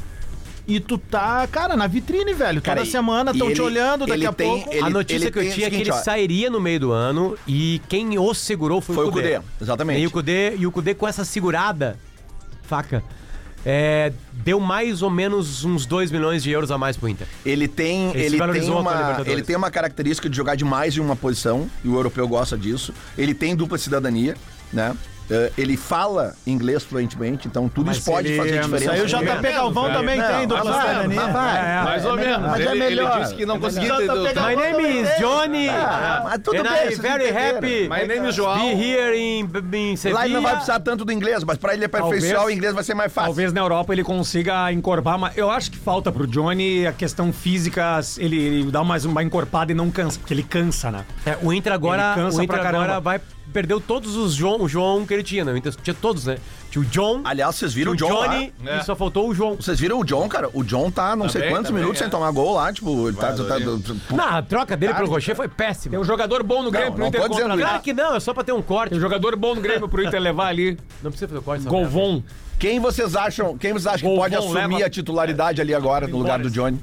Speaker 3: e tu tá, cara, na vitrine, velho.
Speaker 2: Cara,
Speaker 3: Toda
Speaker 2: e-
Speaker 3: semana
Speaker 2: e
Speaker 3: estão te
Speaker 2: ele-
Speaker 3: olhando, daqui
Speaker 2: ele
Speaker 3: a
Speaker 2: tem-
Speaker 3: pouco.
Speaker 2: ele-
Speaker 7: a notícia
Speaker 2: ele
Speaker 7: que eu
Speaker 2: tem o
Speaker 7: tinha é que
Speaker 2: seguinte,
Speaker 7: ele
Speaker 2: ó.
Speaker 7: sairia no meio do ano e quem o segurou foi,
Speaker 2: Foi
Speaker 7: o
Speaker 2: o
Speaker 7: Cudê.
Speaker 2: Kudê, exatamente.
Speaker 7: E o Cudê, e o Cudê com essa segurada, faca, é, deu mais ou menos uns 2 milhões de euros a mais pro Inter.
Speaker 2: Ele tem,
Speaker 7: Ele se
Speaker 2: ele, tem
Speaker 7: valorizou com a
Speaker 2: uma,
Speaker 7: Libertadores.
Speaker 2: ele tem uma característica de jogar de mais de uma posição, e o europeu gosta disso. Ele tem dupla cidadania, né? Eh, Ele fala inglês fluentemente, então tudo
Speaker 6: Mas
Speaker 2: isso pode
Speaker 6: ele-
Speaker 2: fazer
Speaker 6: mas
Speaker 2: diferença.
Speaker 3: Aí o
Speaker 6: Tá
Speaker 3: JP
Speaker 6: vendo,
Speaker 3: Galvão
Speaker 4: velho?
Speaker 3: também
Speaker 2: Não,
Speaker 3: tem, do
Speaker 2: tá vendo,
Speaker 3: cidadania.
Speaker 2: tá vendo.
Speaker 6: Ah,
Speaker 3: É,
Speaker 4: Mais ou menos.
Speaker 2: mas é
Speaker 4: ele, ele
Speaker 2: melhor.
Speaker 4: disse que não
Speaker 2: É
Speaker 4: conseguia
Speaker 2: melhor.
Speaker 4: entender.
Speaker 7: My name is Johnny.
Speaker 2: Ah, mas tudo
Speaker 7: and
Speaker 2: bem,
Speaker 7: I'm
Speaker 2: vocês
Speaker 7: very
Speaker 2: entenderam.
Speaker 7: happy.
Speaker 4: My name is João.
Speaker 7: ah, Be here in, in Sevilla.
Speaker 2: Lá ele não vai precisar tanto do inglês, mas pra ele aperfeiçoar
Speaker 6: Talvez-
Speaker 2: o inglês vai ser mais fácil.
Speaker 6: Talvez na Europa ele consiga encorpar, mas eu acho que falta pro Johnny a questão física, ele, ele dá mais uma encorpada e não cansa, porque ele cansa, né?
Speaker 7: É, o Inter agora,
Speaker 6: Ele cansa
Speaker 7: o Inter
Speaker 6: pra caramba.
Speaker 7: agora vai perdeu todos os João, o João que ele tinha, né? O Inter tinha todos, né? Tinha o John,
Speaker 2: Aliás, vocês
Speaker 7: tinha
Speaker 2: viram
Speaker 7: o
Speaker 2: o John lá?
Speaker 7: Johnny
Speaker 4: É.
Speaker 7: e só faltou o João.
Speaker 2: Vocês viram o John, cara? O John tá não sei
Speaker 4: Também,
Speaker 2: quantos
Speaker 4: também,
Speaker 2: minutos
Speaker 4: é.
Speaker 2: sem tomar gol lá, tipo, ele tá... tá, tá- tá-
Speaker 7: Não, a troca dele pelo Rocher foi péssima.
Speaker 6: Tem um jogador bom no Grêmio pro
Speaker 2: não
Speaker 6: Inter
Speaker 2: tô dizendo
Speaker 6: contratar.
Speaker 7: Claro que não, é só pra ter um corte.
Speaker 6: Tem um jogador bom no Grêmio pro Inter levar ali.
Speaker 7: Não precisa fazer corte. essa merda.
Speaker 6: Golvon.
Speaker 2: Quem vocês acham, quem vocês acham que
Speaker 6: Golvon
Speaker 2: pode assumir
Speaker 6: leva-
Speaker 2: a titularidade ali agora, no lugar do Johnny?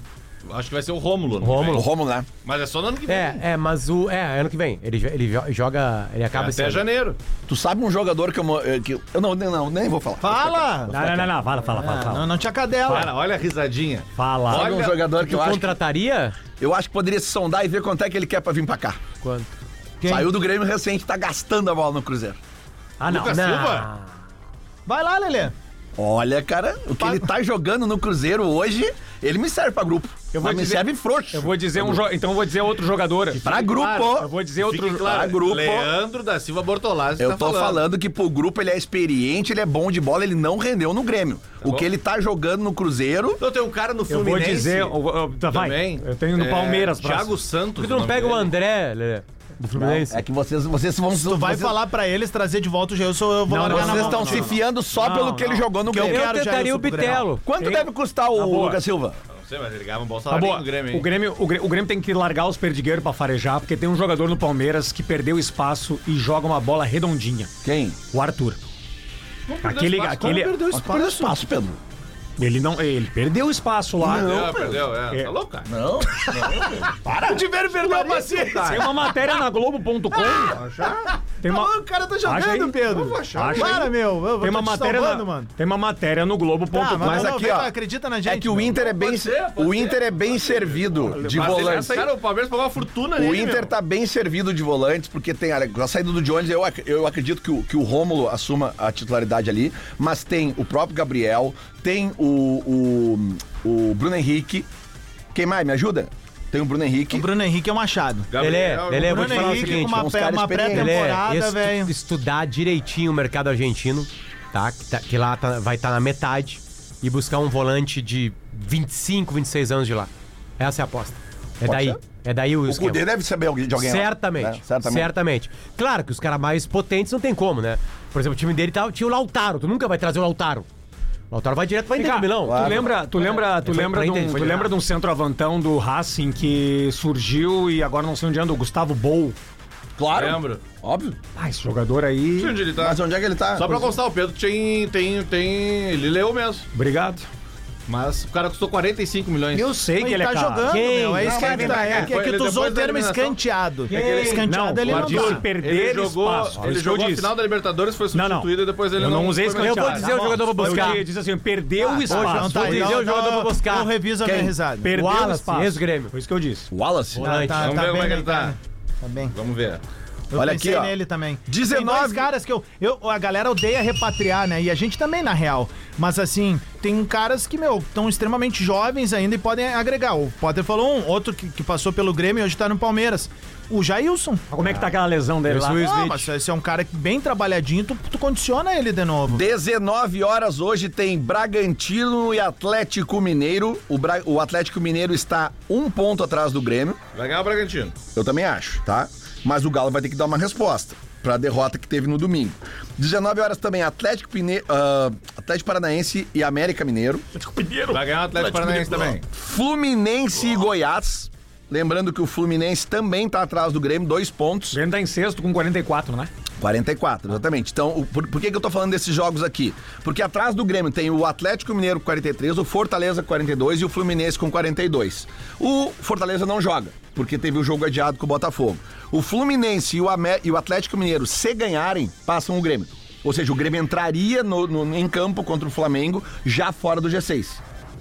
Speaker 4: Acho que vai ser o Rômulo. né?
Speaker 2: O
Speaker 7: Rômulo.
Speaker 2: Romulo, né?
Speaker 4: Mas é só no ano que vem.
Speaker 7: É, é, mas o. É, ano que vem. Ele, jo- ele jo- joga. Ele acaba esse
Speaker 4: Até
Speaker 7: ano.
Speaker 4: janeiro.
Speaker 2: Tu sabe um jogador que eu... mo- eh, Que eu eu não, nem- não, nem vou falar.
Speaker 3: Fala!
Speaker 6: Não, não, não, não, fala, fala, fala.
Speaker 3: Não,
Speaker 6: Fala.
Speaker 3: não te acadela.
Speaker 4: Cara, olha a risadinha.
Speaker 6: fala.
Speaker 2: Sabe um
Speaker 4: Olha,
Speaker 2: jogador que
Speaker 7: Tu
Speaker 2: eu acho, que-
Speaker 7: contrataria?
Speaker 2: eu acho que poderia se sondar e ver quanto é que ele quer pra vir pra cá.
Speaker 7: Quanto?
Speaker 3: Quem?
Speaker 2: Saiu do Grêmio recente, tá gastando a bola no Cruzeiro.
Speaker 6: Ah, não.
Speaker 4: Lucas
Speaker 6: não.
Speaker 4: Silva?
Speaker 3: Vai lá, Lelê.
Speaker 2: Olha, cara, o que ele tá jogando no Cruzeiro hoje, ele me serve pra grupo.
Speaker 6: Eu vou
Speaker 2: mas
Speaker 6: dizer-
Speaker 2: me serve frouxo.
Speaker 6: Eu vou dizer um jo... Então eu vou dizer outro jogador.
Speaker 2: Pra grupo.
Speaker 6: Eu vou dizer outro
Speaker 4: Fique
Speaker 6: jogador.
Speaker 4: claro,
Speaker 2: Ah, grupo.
Speaker 4: Leandro da Silva Bortolazzi
Speaker 2: Eu
Speaker 4: tá
Speaker 2: tô falando. que pro grupo ele é experiente, ele é bom de bola, ele não rendeu no Grêmio. o que ele tá jogando no Cruzeiro.
Speaker 4: Então tem um cara no
Speaker 6: Eu vou
Speaker 4: Fluminense.
Speaker 6: dizer. eu vou- eu- tá, vai.
Speaker 4: também.
Speaker 6: Eu tenho no
Speaker 4: É,
Speaker 6: Palmeiras,
Speaker 4: Thiago
Speaker 6: próximo.
Speaker 7: Por
Speaker 4: Santos.
Speaker 7: que tu não pega o
Speaker 4: nome dele.
Speaker 7: André, Lelê? Do Fluminense?
Speaker 2: É que vocês, vocês vão.
Speaker 3: Tu vai
Speaker 2: vocês,
Speaker 3: falar pra eles trazer de volta o Gilson, eu vou largar na
Speaker 2: Vocês
Speaker 3: mão.
Speaker 2: estão se fiando só pelo que ele jogou no
Speaker 3: Que eu
Speaker 2: Grêmio.
Speaker 7: Eu
Speaker 3: quero já
Speaker 7: tentaria
Speaker 3: isso
Speaker 7: o
Speaker 3: pro
Speaker 7: Bitelo.
Speaker 2: Quanto deve custar o
Speaker 6: boa.
Speaker 2: Lucas Silva?
Speaker 4: Não sei, mas ele ganhava um bom
Speaker 6: Tá
Speaker 4: salário
Speaker 6: boa.
Speaker 4: no Grêmio,
Speaker 6: O
Speaker 4: hein?
Speaker 6: Grêmio, o, Grêmio, o Grêmio tem que largar os perdigueiros pra farejar, porque tem um jogador no Palmeiras que perdeu espaço e joga uma bola redondinha.
Speaker 2: Quem?
Speaker 6: O Arthur. Aquele, aquele,
Speaker 2: Espaço, espaço Pedro.
Speaker 6: ele não, ele perdeu espaço lá.
Speaker 4: Perdeu, perdeu, é. Tá louco, cara.
Speaker 2: Não.
Speaker 4: O Diverio perdeu a paciência.
Speaker 6: Tem uma matéria na Globo.com. Tem uma,
Speaker 3: O cara Ah, tá
Speaker 6: Acha aí.
Speaker 3: jogando, Pedro.
Speaker 6: Acha aí.
Speaker 3: Para, meu. Eu vou
Speaker 6: tem uma
Speaker 3: tô te
Speaker 6: matéria
Speaker 3: salvando,
Speaker 6: na,
Speaker 3: mano.
Speaker 6: Tem uma matéria no Globo.com.
Speaker 3: Tá, mas,
Speaker 2: Mas
Speaker 3: não,
Speaker 2: aqui,
Speaker 3: vem,
Speaker 2: ó,
Speaker 3: acredita na gente.
Speaker 2: É que o
Speaker 3: meu.
Speaker 2: Inter é bem.
Speaker 4: Pode ser, pode
Speaker 2: o
Speaker 4: ser.
Speaker 2: Inter é bem servido de
Speaker 4: Mas ele-
Speaker 2: volante.
Speaker 4: Cara, o Palmeiras pagou uma fortuna
Speaker 2: O
Speaker 4: nele,
Speaker 2: Inter
Speaker 4: meu.
Speaker 2: tá bem servido de volantes, porque tem a, a saída do Jones, eu, ac- eu acredito que o, que o Rômulo assuma a titularidade ali, mas tem o próprio Gabriel, tem o, o, o Bruno Henrique. Quem mais? Me ajuda? Tem o Bruno Henrique.
Speaker 3: O Bruno Henrique é o Machado.
Speaker 7: Lelê,
Speaker 4: Gabriel,
Speaker 7: Lelê, eu vou te
Speaker 3: Bruno
Speaker 7: falar o
Speaker 3: Henrique
Speaker 7: seguinte.
Speaker 3: com uma,
Speaker 2: uns
Speaker 3: pré-
Speaker 2: caras
Speaker 3: uma
Speaker 2: experientes.
Speaker 7: Lelê,
Speaker 3: pré-temporada,
Speaker 7: estu-
Speaker 3: velho.
Speaker 7: estudar direitinho o mercado argentino, tá? Que, tá- que lá tá- vai estar na metade e buscar um volante de 25, 26 anos de lá. Essa é a aposta. É
Speaker 2: Pode
Speaker 7: daí.
Speaker 2: ser.
Speaker 7: É daí o,
Speaker 2: O
Speaker 7: esquema.
Speaker 2: Cudê deve saber alguém- de alguém. lá,
Speaker 7: Certamente,
Speaker 2: né?
Speaker 7: certamente.
Speaker 2: Certamente.
Speaker 7: Claro que os caras mais potentes não tem como, né? Por exemplo, o time dele tava- tinha o Lautaro. Tu nunca vai trazer o Lautaro. O Lautaro vai direto pra Inter de Milão.
Speaker 6: Tu lembra, tu lembra, tu
Speaker 7: Ele É, foi
Speaker 6: lembra,
Speaker 7: pra
Speaker 6: de
Speaker 7: Inter,
Speaker 6: um,
Speaker 7: foi
Speaker 6: tu
Speaker 7: pra-
Speaker 6: lembra de um centroavantão do Racing que surgiu e agora não sei onde anda, o Gustavo Bou.
Speaker 2: Claro.
Speaker 4: Lembro.
Speaker 2: Óbvio.
Speaker 6: Ah, esse jogador aí.
Speaker 4: Onde ele tá?
Speaker 2: Mas onde é que ele tá?
Speaker 4: Só pra constar, o Pedro tem, tem, tem. Ele leu mesmo.
Speaker 6: Obrigado.
Speaker 4: Mas o cara custou 45 milhões.
Speaker 6: Eu sei que
Speaker 3: ele
Speaker 6: ele
Speaker 3: tá
Speaker 6: é caro.
Speaker 3: jogando,
Speaker 7: Quem?
Speaker 3: meu. É isso
Speaker 4: Não,
Speaker 3: que é
Speaker 4: mas
Speaker 3: que
Speaker 4: ele-
Speaker 3: tá. É que, é que
Speaker 4: ele-
Speaker 3: tu usou
Speaker 4: depois
Speaker 3: o
Speaker 4: da
Speaker 3: termo
Speaker 4: eliminação-
Speaker 3: escanteado.
Speaker 6: É que ele-
Speaker 3: Escanteado
Speaker 6: Não,
Speaker 3: ele não
Speaker 6: Guardiola-
Speaker 3: dá.
Speaker 6: perder
Speaker 4: Ele jogou,
Speaker 6: espaço, é
Speaker 4: ele
Speaker 6: isso que
Speaker 4: jogou
Speaker 6: eu
Speaker 4: a
Speaker 6: disse.
Speaker 4: final da Libertadores, foi
Speaker 6: Não,
Speaker 4: substituído
Speaker 6: não.
Speaker 4: e depois ele
Speaker 6: eu não,
Speaker 4: não
Speaker 6: usei
Speaker 4: foi mais
Speaker 6: escanteado.
Speaker 7: Eu vou dizer o jogador pra buscar.
Speaker 6: Eu diz assim, perdeu o
Speaker 3: Hoje
Speaker 6: espaço.
Speaker 3: não tá
Speaker 6: Vou
Speaker 3: aí,
Speaker 6: dizer o jogador pra buscar.
Speaker 3: Não revisa a um minha risada.
Speaker 6: Perdeu o
Speaker 7: Wallace,
Speaker 6: espaço.
Speaker 7: ex-Grêmio.
Speaker 6: Foi isso que eu disse.
Speaker 2: Wallace.
Speaker 3: Tá, tá,
Speaker 4: Vamos
Speaker 3: tá
Speaker 4: ver como é
Speaker 3: bem
Speaker 4: que ele tá.
Speaker 3: deitado. Tá bem.
Speaker 4: Vamos ver.
Speaker 3: Eu
Speaker 2: Olha
Speaker 3: pensei
Speaker 2: aqui, ó.
Speaker 3: nele também.
Speaker 2: 19.
Speaker 3: Tem dois caras que eu, eu... A galera odeia repatriar, né? E a gente também, na real. Mas, assim, tem caras que, meu, estão extremamente jovens ainda e podem agregar. O Potter falou um, outro que, que passou pelo Grêmio e hoje tá no Palmeiras. O Jailson.
Speaker 6: Mas Como é que tá aquela lesão dele lá?
Speaker 3: Ah, mas esse é um cara que bem trabalhadinho, tu, tu condiciona ele de novo.
Speaker 2: 19 horas hoje tem Bragantino e Atlético Mineiro. O, Bra- o Atlético Mineiro está um ponto atrás do Grêmio.
Speaker 4: Vai ganhar o Bragantino.
Speaker 2: Eu também acho, tá? Mas o Galo vai ter que dar uma resposta pra derrota que teve no domingo. 19 horas também, Atlético, Pine... ah, Atlético Paranaense e América Mineiro.
Speaker 4: Vai ganhar o Atlético Paranaense também.
Speaker 2: Fluminense e Goiás. Lembrando que o Fluminense também tá atrás do Grêmio, dois
Speaker 6: O
Speaker 2: pontos.
Speaker 6: Grêmio tá em sexto com 44, né?
Speaker 2: 44, exatamente. Então, o- por, por que, que eu tô falando desses jogos aqui? Porque atrás do Grêmio tem o Atlético Mineiro com 43, o Fortaleza com 42 e o Fluminense com 42. O Fortaleza não joga, porque teve o jogo adiado com o Botafogo. O Fluminense e o, Amé- e o Atlético Mineiro, se ganharem, passam o Grêmio. Ou seja, o Grêmio entraria no- no- em campo contra o Flamengo já fora do G6.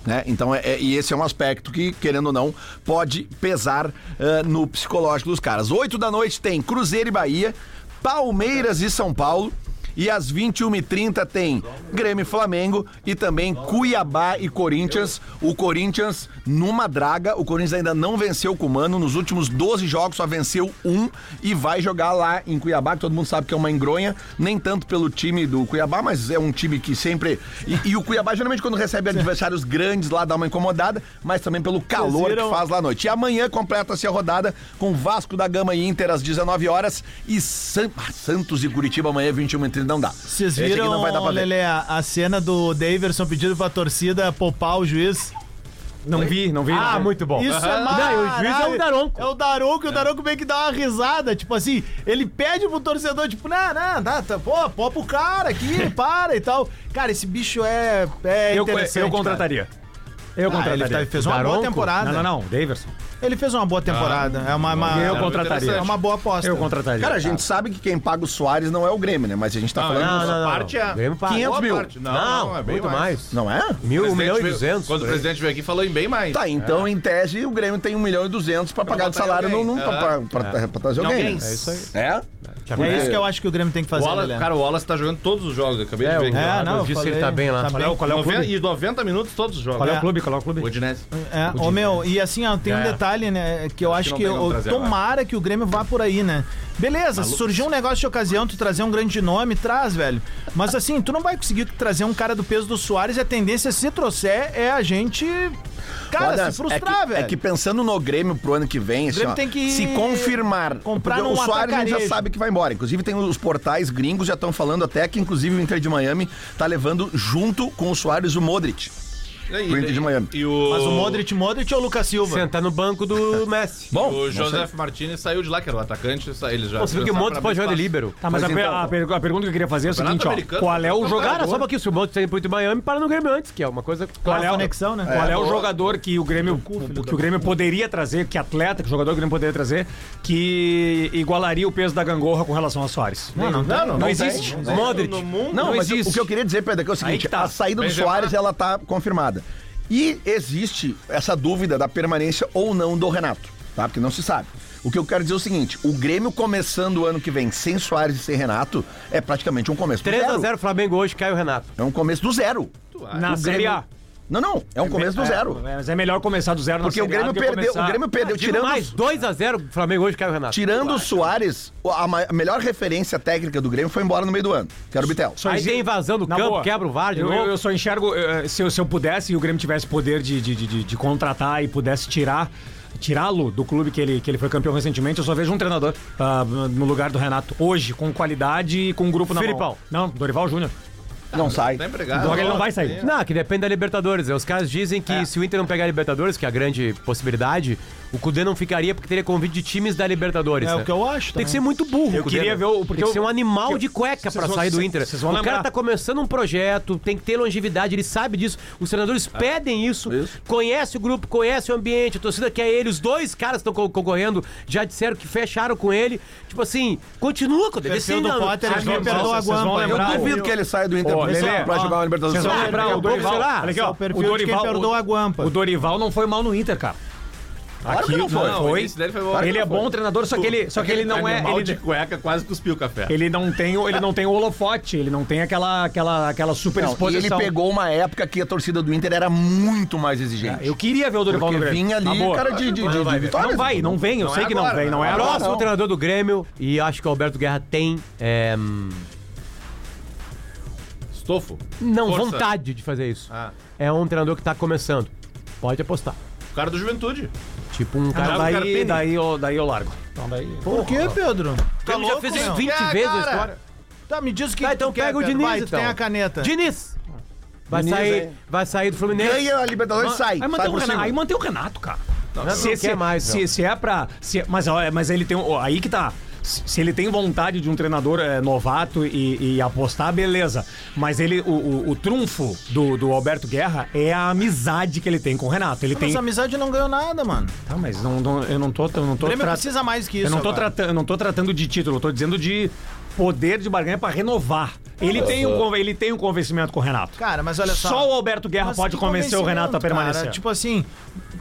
Speaker 2: né? Então, é, é- e esse é um aspecto que, querendo ou não, pode pesar ah, no psicológico dos caras. 8 da noite tem Cruzeiro e Bahia, Palmeiras e São Paulo. E às 21h30 tem Grêmio e Flamengo e também Cuiabá e Corinthians. O Corinthians numa draga. O Corinthians ainda não venceu com o Mano. Nos últimos 12 jogos só venceu um e vai jogar lá em Cuiabá, que todo mundo sabe que é uma engronha. Nem tanto pelo time do Cuiabá, mas é um time que sempre. E, e o Cuiabá geralmente quando recebe adversários grandes lá dá uma incomodada, mas também pelo calor que
Speaker 3: viram-
Speaker 2: faz lá à noite. E amanhã completa-se a rodada com Vasco da Gama e Inter às 19 horas e San- ah, Santos e Curitiba amanhã 21h30 não dá.
Speaker 3: Vocês
Speaker 2: Esse aqui
Speaker 3: viram,
Speaker 2: não vai dar pra ver.
Speaker 3: Lelê, a a cena do Daverson pedindo pra torcida poupar o juiz?
Speaker 6: Não vi, não vi.
Speaker 7: Ah, muito bom.
Speaker 3: Isso é
Speaker 7: Não,
Speaker 3: maravilhoso.
Speaker 7: o juiz é o Daronco.
Speaker 3: É o Daronco, e o Daronco meio que dá uma risada, tipo assim, ele pede pro torcedor, tipo, não, não, não tá, pô, popa o cara aqui, para e tal. Cara, esse bicho é, é
Speaker 6: Eu,
Speaker 3: interessante.
Speaker 6: eu contrataria. Eu
Speaker 3: cara. Ah,
Speaker 6: contrataria.
Speaker 3: ele tá- fez uma boa
Speaker 7: Daronco?
Speaker 3: temporada.
Speaker 6: Não, não, não. Daverson.
Speaker 3: Ele fez uma boa temporada. é uma, uma-
Speaker 4: Tá,
Speaker 6: eu contrataria.
Speaker 3: É uma boa aposta.
Speaker 6: Eu contrataria.
Speaker 2: Cara, a gente sabe que quem paga o Soares não é o Grêmio, né? Mas a gente
Speaker 3: Ah,
Speaker 2: tá falando.
Speaker 7: Não, não, não.
Speaker 4: parte é
Speaker 7: O Grêmio paga.
Speaker 2: 500 mil.
Speaker 4: Não,
Speaker 7: Não,
Speaker 4: não, é bem
Speaker 7: muito mais.
Speaker 2: Não é?
Speaker 7: Mil,
Speaker 4: O
Speaker 7: um milhão e
Speaker 4: presidente veio-
Speaker 7: duzentos.
Speaker 4: Quando o presidente veio aqui, falou em bem mais.
Speaker 2: Tá, então em tese o Grêmio tem 1 milhão e 200 pra pagar de
Speaker 4: botar
Speaker 2: salário
Speaker 4: alguém.
Speaker 2: não, não,
Speaker 4: É.
Speaker 2: pra, pra, pra- pra trazer alguém.
Speaker 4: Alguém.
Speaker 2: né?
Speaker 4: É isso aí.
Speaker 2: É?
Speaker 3: É isso que eu acho que o Grêmio tem que
Speaker 4: O
Speaker 3: fazer,
Speaker 4: Wallace-
Speaker 3: Lelê.
Speaker 4: cara, o Wallace tá jogando todos os jogos, eu acabei de ver. aqui.
Speaker 3: é, não,
Speaker 7: eu
Speaker 3: eu
Speaker 7: disse que
Speaker 3: falei,
Speaker 7: ele tá bem lá.
Speaker 3: tá
Speaker 6: Qual é o- qual é o
Speaker 4: Noven-
Speaker 6: clube?
Speaker 4: E 90 minutos todos os jogos.
Speaker 6: Qual é
Speaker 3: É.
Speaker 6: o clube? Qual é o clube?
Speaker 4: O Udinese.
Speaker 3: É, ô meu, e assim, ó, tem um detalhe, né? Que eu acho,
Speaker 4: não
Speaker 3: que,
Speaker 4: tem como
Speaker 3: eu-
Speaker 4: trazer
Speaker 3: tomara que o Grêmio vá por aí, né? Beleza, se surgiu um negócio de ocasião, tu trazer um grande nome, traz, velho. Mas assim, tu não vai conseguir trazer um cara do peso do Soares e a tendência, se trouxer, é a gente. Cara,
Speaker 2: Rodas,
Speaker 3: se frustrar,
Speaker 2: é que,
Speaker 3: velho.
Speaker 2: É que pensando no Grêmio pro ano que vem, assim,
Speaker 3: Grêmio
Speaker 2: ó,
Speaker 3: tem que
Speaker 2: se confirmar.
Speaker 3: comprar
Speaker 2: porque
Speaker 3: num
Speaker 2: o Soares a gente já
Speaker 3: atacarejo.
Speaker 2: sabe que vai embora. Inclusive, tem os portais gringos já estão falando até que, inclusive, o Inter de Miami tá levando junto com o Soares o Modric. Pro Inter de Miami.
Speaker 4: É, E o...
Speaker 3: Mas o Modric, Modric ou o Lucas Silva?
Speaker 7: Sentar no banco do Messi.
Speaker 2: Bom,
Speaker 4: O
Speaker 2: não
Speaker 4: Joseph Martinez saiu de lá, que era o atacante, sa- eles já...
Speaker 7: Você viu que o Montes pode jogar de líbero.
Speaker 6: Tá, mas
Speaker 2: Pois
Speaker 6: a, per-
Speaker 2: então.
Speaker 6: a per- a pergunta que eu queria fazer é o
Speaker 4: Campeonato
Speaker 6: seguinte, ó.
Speaker 4: americano,
Speaker 6: Qual é o
Speaker 4: campeonato
Speaker 6: jogador?
Speaker 7: Cara, só pra que se o Montes tá indo pro Inter de Miami, para no Grêmio antes, que é uma coisa
Speaker 6: Qual é, o,
Speaker 3: conexão, né?
Speaker 6: né? qual é o jogador que o Grêmio, que o Grêmio poderia trazer, que atleta, que jogador que o Grêmio poderia trazer, que igualaria o peso da gangorra com relação a Soares? Não, não,
Speaker 2: Não, não,
Speaker 6: existe.
Speaker 2: tem.
Speaker 7: Modric.
Speaker 4: No mundo,
Speaker 2: Não,
Speaker 7: Não
Speaker 2: mas
Speaker 7: existe.
Speaker 2: o que eu queria dizer, Pedro, é, que é o
Speaker 6: Aí
Speaker 2: seguinte:
Speaker 6: que tá.
Speaker 2: a saída do
Speaker 4: Benzema.
Speaker 2: Soares ela tá confirmada. E existe essa dúvida da permanência ou não do Renato, tá? Porque não se sabe. O que eu quero dizer é o seguinte: o Grêmio começando o ano que vem sem Soares e sem Renato é praticamente um começo do
Speaker 7: 3x0
Speaker 2: zero.
Speaker 7: Flamengo hoje, cai o Renato.
Speaker 2: É um começo do zero.
Speaker 6: Na Série A.
Speaker 2: Não, não, é um começo do zero.
Speaker 6: É, mas é melhor começar do zero na
Speaker 2: Porque o
Speaker 6: Série A
Speaker 2: Grêmio
Speaker 6: do que
Speaker 2: perdeu,
Speaker 6: começar-
Speaker 2: o Grêmio perdeu,
Speaker 7: Digo
Speaker 2: tirando
Speaker 7: mais, 2x0 Flamengo hoje, cai o Renato.
Speaker 2: Tirando o Soares, a ma- a melhor referência técnica do Grêmio foi embora no meio do ano, que era o Bitel.
Speaker 6: Só
Speaker 7: Aí
Speaker 6: exi-
Speaker 7: tem invasão do
Speaker 6: Na
Speaker 7: campo,
Speaker 6: boa,
Speaker 7: quebra o VAR de
Speaker 6: eu,
Speaker 7: novo.
Speaker 6: eu- eu só enxergo, eh, se eu, se eu pudesse e o Grêmio tivesse poder de, de, de- de- de contratar e pudesse tirar tirá-lo do clube que ele, que ele foi campeão recentemente, eu só vejo um treinador ah, no lugar do Renato hoje, com qualidade e com um grupo na
Speaker 7: Filipão.
Speaker 6: mão. Não, Dorival Júnior.
Speaker 2: Não sai.
Speaker 4: Tá empregado.
Speaker 6: Logo ele não vai sair.
Speaker 7: Não, que depende da Libertadores. né? Os caras dizem que se o Inter não pegar a Libertadores, que é a grande possibilidade, o Cudê não ficaria porque teria convite de times da Libertadores.
Speaker 3: É
Speaker 7: né?
Speaker 3: o que eu acho.
Speaker 7: Tem que ser
Speaker 3: também.
Speaker 7: muito burro.
Speaker 6: Eu
Speaker 7: Cudê,
Speaker 6: queria
Speaker 7: né?
Speaker 6: ver o-
Speaker 7: Tem
Speaker 6: porque
Speaker 7: que
Speaker 6: eu-
Speaker 7: ser um animal de cueca
Speaker 6: vocês
Speaker 7: pra
Speaker 6: vão-
Speaker 7: sair do
Speaker 6: vocês-
Speaker 7: Inter.
Speaker 6: vocês vão
Speaker 7: o cara
Speaker 6: lembrar.
Speaker 7: tá começando um projeto, tem que ter longevidade, ele sabe disso. Os treinadores
Speaker 6: É.
Speaker 7: pedem isso, conhece o grupo, conhece o ambiente, a torcida quer ele. Os dois caras que estão co- concorrendo já disseram que fecharam com ele. Tipo assim, continua, Cudê.
Speaker 3: Perfil
Speaker 7: Vê se
Speaker 3: do
Speaker 7: não-
Speaker 3: Potter,
Speaker 7: Ah,
Speaker 3: ele
Speaker 7: não,
Speaker 3: me perdoa
Speaker 7: não,
Speaker 3: a
Speaker 6: vocês vão
Speaker 3: guampa.
Speaker 6: lembrar.
Speaker 3: Eu
Speaker 2: Eu duvido que ele saia do Inter
Speaker 6: Ô,
Speaker 2: pra-
Speaker 6: Lelê,
Speaker 2: pra
Speaker 6: ó,
Speaker 2: jogar uma
Speaker 6: Vocês
Speaker 2: Libertadores.
Speaker 6: vão lembrar, o
Speaker 7: pouco,
Speaker 6: Dorival.
Speaker 7: será?
Speaker 6: Olha aqui,
Speaker 7: Esse
Speaker 6: ó,
Speaker 3: é o perfil
Speaker 6: o
Speaker 3: de quem
Speaker 6: Dorival.
Speaker 3: perdoa
Speaker 6: o-
Speaker 3: a guampa.
Speaker 6: O Dorival não foi mal no Inter, cara.
Speaker 2: Claro que não foi.
Speaker 4: Não, o início dele foi bom.
Speaker 6: ele é bom treinador, só que ele, só que ele não é.
Speaker 4: Animal
Speaker 6: Ele,
Speaker 4: de cueca quase cuspiu o café.
Speaker 6: ele não tem, o- ele não tem o holofote, ele não tem aquela, aquela, aquela super
Speaker 2: Não, é um e ele
Speaker 6: exposição.
Speaker 2: pegou uma época que a torcida do Inter era muito mais exigente.
Speaker 6: Ah, Eu queria ver o Dorival
Speaker 2: porque
Speaker 6: no Grêmio.
Speaker 2: vinha ali,
Speaker 6: Amor.
Speaker 2: cara, de, de, de, de vitórias.
Speaker 6: Não vai, não vem, eu sei que não
Speaker 4: agora,
Speaker 6: vem, não é agora.
Speaker 7: né? Próximo treinador do Grêmio, e acho que o Alberto Guerra tem. é,
Speaker 4: Estofo.
Speaker 7: Não,
Speaker 4: Força.
Speaker 7: vontade de fazer isso.
Speaker 4: Ah.
Speaker 7: É um treinador que tá começando. Pode apostar.
Speaker 4: O cara do Juventude. é
Speaker 7: Tipo um cara.
Speaker 6: Então
Speaker 4: Thiago
Speaker 6: daí,
Speaker 4: Carpini.
Speaker 6: daí, eu, daí eu largo. Então daí.
Speaker 3: Por quê, Pedro? Tá
Speaker 7: O Grêmio já fez isso
Speaker 3: meu?
Speaker 7: 20
Speaker 4: É,
Speaker 7: vezes a
Speaker 4: cara.
Speaker 7: história.
Speaker 3: Tá, me diz o que
Speaker 7: Tá,
Speaker 3: que
Speaker 7: então
Speaker 3: tu quer,
Speaker 7: pega o
Speaker 3: Pedro.
Speaker 7: Diniz,
Speaker 3: Vai, tu
Speaker 7: então.
Speaker 3: tem a caneta.
Speaker 7: Diniz! Vai,
Speaker 2: Diniz,
Speaker 7: sair,
Speaker 2: hein?
Speaker 7: vai sair do Fluminense.
Speaker 2: Ganha a Libertadores e sai.
Speaker 6: Aí
Speaker 2: sai
Speaker 6: mantém, o
Speaker 2: por
Speaker 6: Renato,
Speaker 2: cima.
Speaker 6: aí mantém o Renato, cara.
Speaker 7: não
Speaker 6: se, se,
Speaker 7: quer mais,
Speaker 6: se,
Speaker 7: não.
Speaker 6: se é pra. se- mas, olha, mas ele tem. um- ó, Aí que tá. Se se ele tem vontade de um treinador é, novato e, e apostar, beleza. Mas ele, o, o- o trunfo do, do Alberto Guerra é a amizade que ele tem com o Renato. Ele tem.
Speaker 3: Mas a amizade não ganhou nada, mano.
Speaker 6: Tá, mas não, não- eu não tô. Eu não
Speaker 3: O
Speaker 6: tô
Speaker 3: Grêmio
Speaker 6: tra-
Speaker 3: precisa mais que isso.
Speaker 6: Eu não, tô
Speaker 3: agora.
Speaker 6: tratando, eu não tô tratando de título, eu tô dizendo de poder de barganha pra renovar. Ele, tem um, conven- ele tem um convencimento com o Renato.
Speaker 3: Cara, mas olha só.
Speaker 6: Só o Alberto Guerra
Speaker 3: Mas
Speaker 6: pode
Speaker 3: que
Speaker 6: convencer o Renato a
Speaker 3: convencimento, cara.
Speaker 6: permanecer.
Speaker 3: Tipo assim,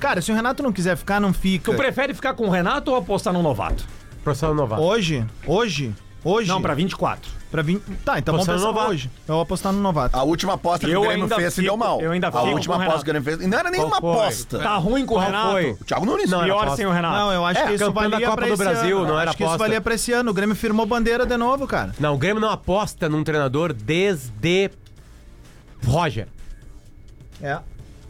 Speaker 3: cara, se o Renato não quiser ficar, não fica.
Speaker 6: Tu prefere ficar com o Renato ou apostar no novato?
Speaker 7: Profissional novato.
Speaker 3: Hoje, hoje, hoje.
Speaker 6: Não, pra 24.
Speaker 3: pra vir. Tá, então vamos
Speaker 7: Apostar no
Speaker 3: pensar
Speaker 7: novato.
Speaker 3: hoje. Eu vou apostar no novato.
Speaker 2: A última aposta que
Speaker 6: Eu
Speaker 2: o Grêmio
Speaker 6: ainda
Speaker 2: fez se
Speaker 6: fico-
Speaker 2: deu mal.
Speaker 6: eu ainda
Speaker 2: A
Speaker 6: fico
Speaker 2: última
Speaker 6: com o
Speaker 2: aposta que o Grêmio fez. Não era nem uma
Speaker 7: foi?
Speaker 2: aposta.
Speaker 6: Tá é ruim com o Renato?
Speaker 7: foi?
Speaker 2: O Thiago Nunes.
Speaker 7: Não, era
Speaker 6: Pior
Speaker 7: aposta.
Speaker 6: sem o Renato.
Speaker 3: Não, eu acho
Speaker 7: É,
Speaker 3: que isso
Speaker 7: campeão da
Speaker 3: valia
Speaker 7: Copa
Speaker 3: pra
Speaker 7: do
Speaker 3: esse
Speaker 7: Brasil,
Speaker 3: ano.
Speaker 7: não
Speaker 3: Eu
Speaker 7: era
Speaker 3: acho que isso
Speaker 7: aposta.
Speaker 3: valia pra esse ano. O Grêmio firmou bandeira de novo, cara.
Speaker 7: Não, o Grêmio não aposta num treinador desde Roger,
Speaker 3: É.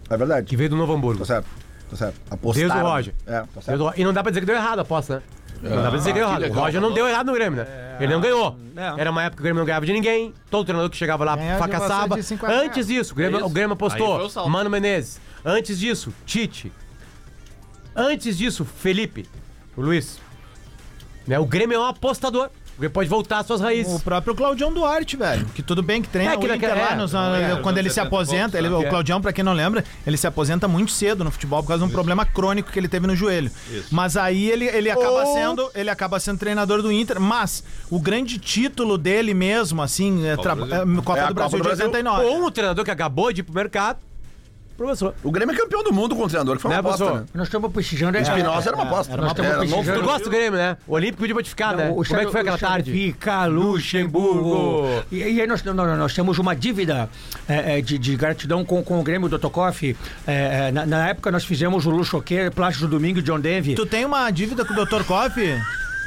Speaker 2: É verdade.
Speaker 7: que veio do Novo Hamburgo.
Speaker 2: Tá certo. Tá certo. Apostaram.
Speaker 7: Deus o Roger.
Speaker 2: É, tá certo.
Speaker 7: Desde o- E não dá pra dizer que deu errado a aposta, né? Não dá pra dizer que deu errado. o Roger não deu errado no Grêmio, né? Ele não ganhou.
Speaker 6: é.
Speaker 7: Era uma época que o Grêmio não ganhava de ninguém. Todo treinador que chegava lá
Speaker 3: Ganhava de
Speaker 7: fracassava.
Speaker 3: você de 50 reais.
Speaker 7: Antes disso, o Grêmio,
Speaker 4: Isso.
Speaker 7: o Grêmio
Speaker 4: Aí foi
Speaker 7: apostou
Speaker 4: o salto.
Speaker 7: Mano Menezes. Antes disso, Tite. Antes disso, Felipe. O Luiz. Né? O Grêmio é um apostador. O Grêmio pode voltar às suas
Speaker 3: O
Speaker 7: raízes.
Speaker 3: próprio Claudião Duarte, velho. Que tudo bem que treina
Speaker 7: É,
Speaker 3: é,
Speaker 7: que
Speaker 3: o Inter
Speaker 7: naquela-
Speaker 3: lá
Speaker 7: é,
Speaker 3: nos-
Speaker 4: é, nos
Speaker 3: quando ele
Speaker 4: anos
Speaker 3: se
Speaker 4: 70
Speaker 3: aposenta.
Speaker 4: e
Speaker 3: Ele,
Speaker 4: poucos,
Speaker 3: o Claudião, pra quem não lembra, ele se aposenta muito cedo no futebol por causa de um problema crônico que ele teve no joelho. Mas aí ele, ele acaba sendo ele acaba sendo treinador do Inter. Mas o grande título dele mesmo, assim, é tra- é, Copa, do,
Speaker 2: É a Copa
Speaker 3: Brasil
Speaker 2: do
Speaker 3: de
Speaker 2: Brasil.
Speaker 3: 89.
Speaker 7: Ou um treinador que acabou de ir pro mercado. Professor.
Speaker 2: O Grêmio é campeão do mundo com o treinador, que foi uma
Speaker 7: Né,
Speaker 2: aposta,
Speaker 7: professor?
Speaker 2: né?
Speaker 6: Nós estamos prestigiando...
Speaker 2: Espinosa era uma aposta.
Speaker 6: Era uma
Speaker 2: Era novo
Speaker 6: aposta.
Speaker 7: Tu gosta do Grêmio, né? O Olímpico podia modificar, né? Como é que foi aquela tarde?
Speaker 6: Fica Luxemburgo. E, e aí nós, não, não, nós temos uma dívida é, é, de, de gratidão com, com o Grêmio do Tokoff. É, é, na, na época nós fizemos o Luxoque, Plástico Domingo e John Denver.
Speaker 3: Tu tem uma dívida com o Dr. Koff?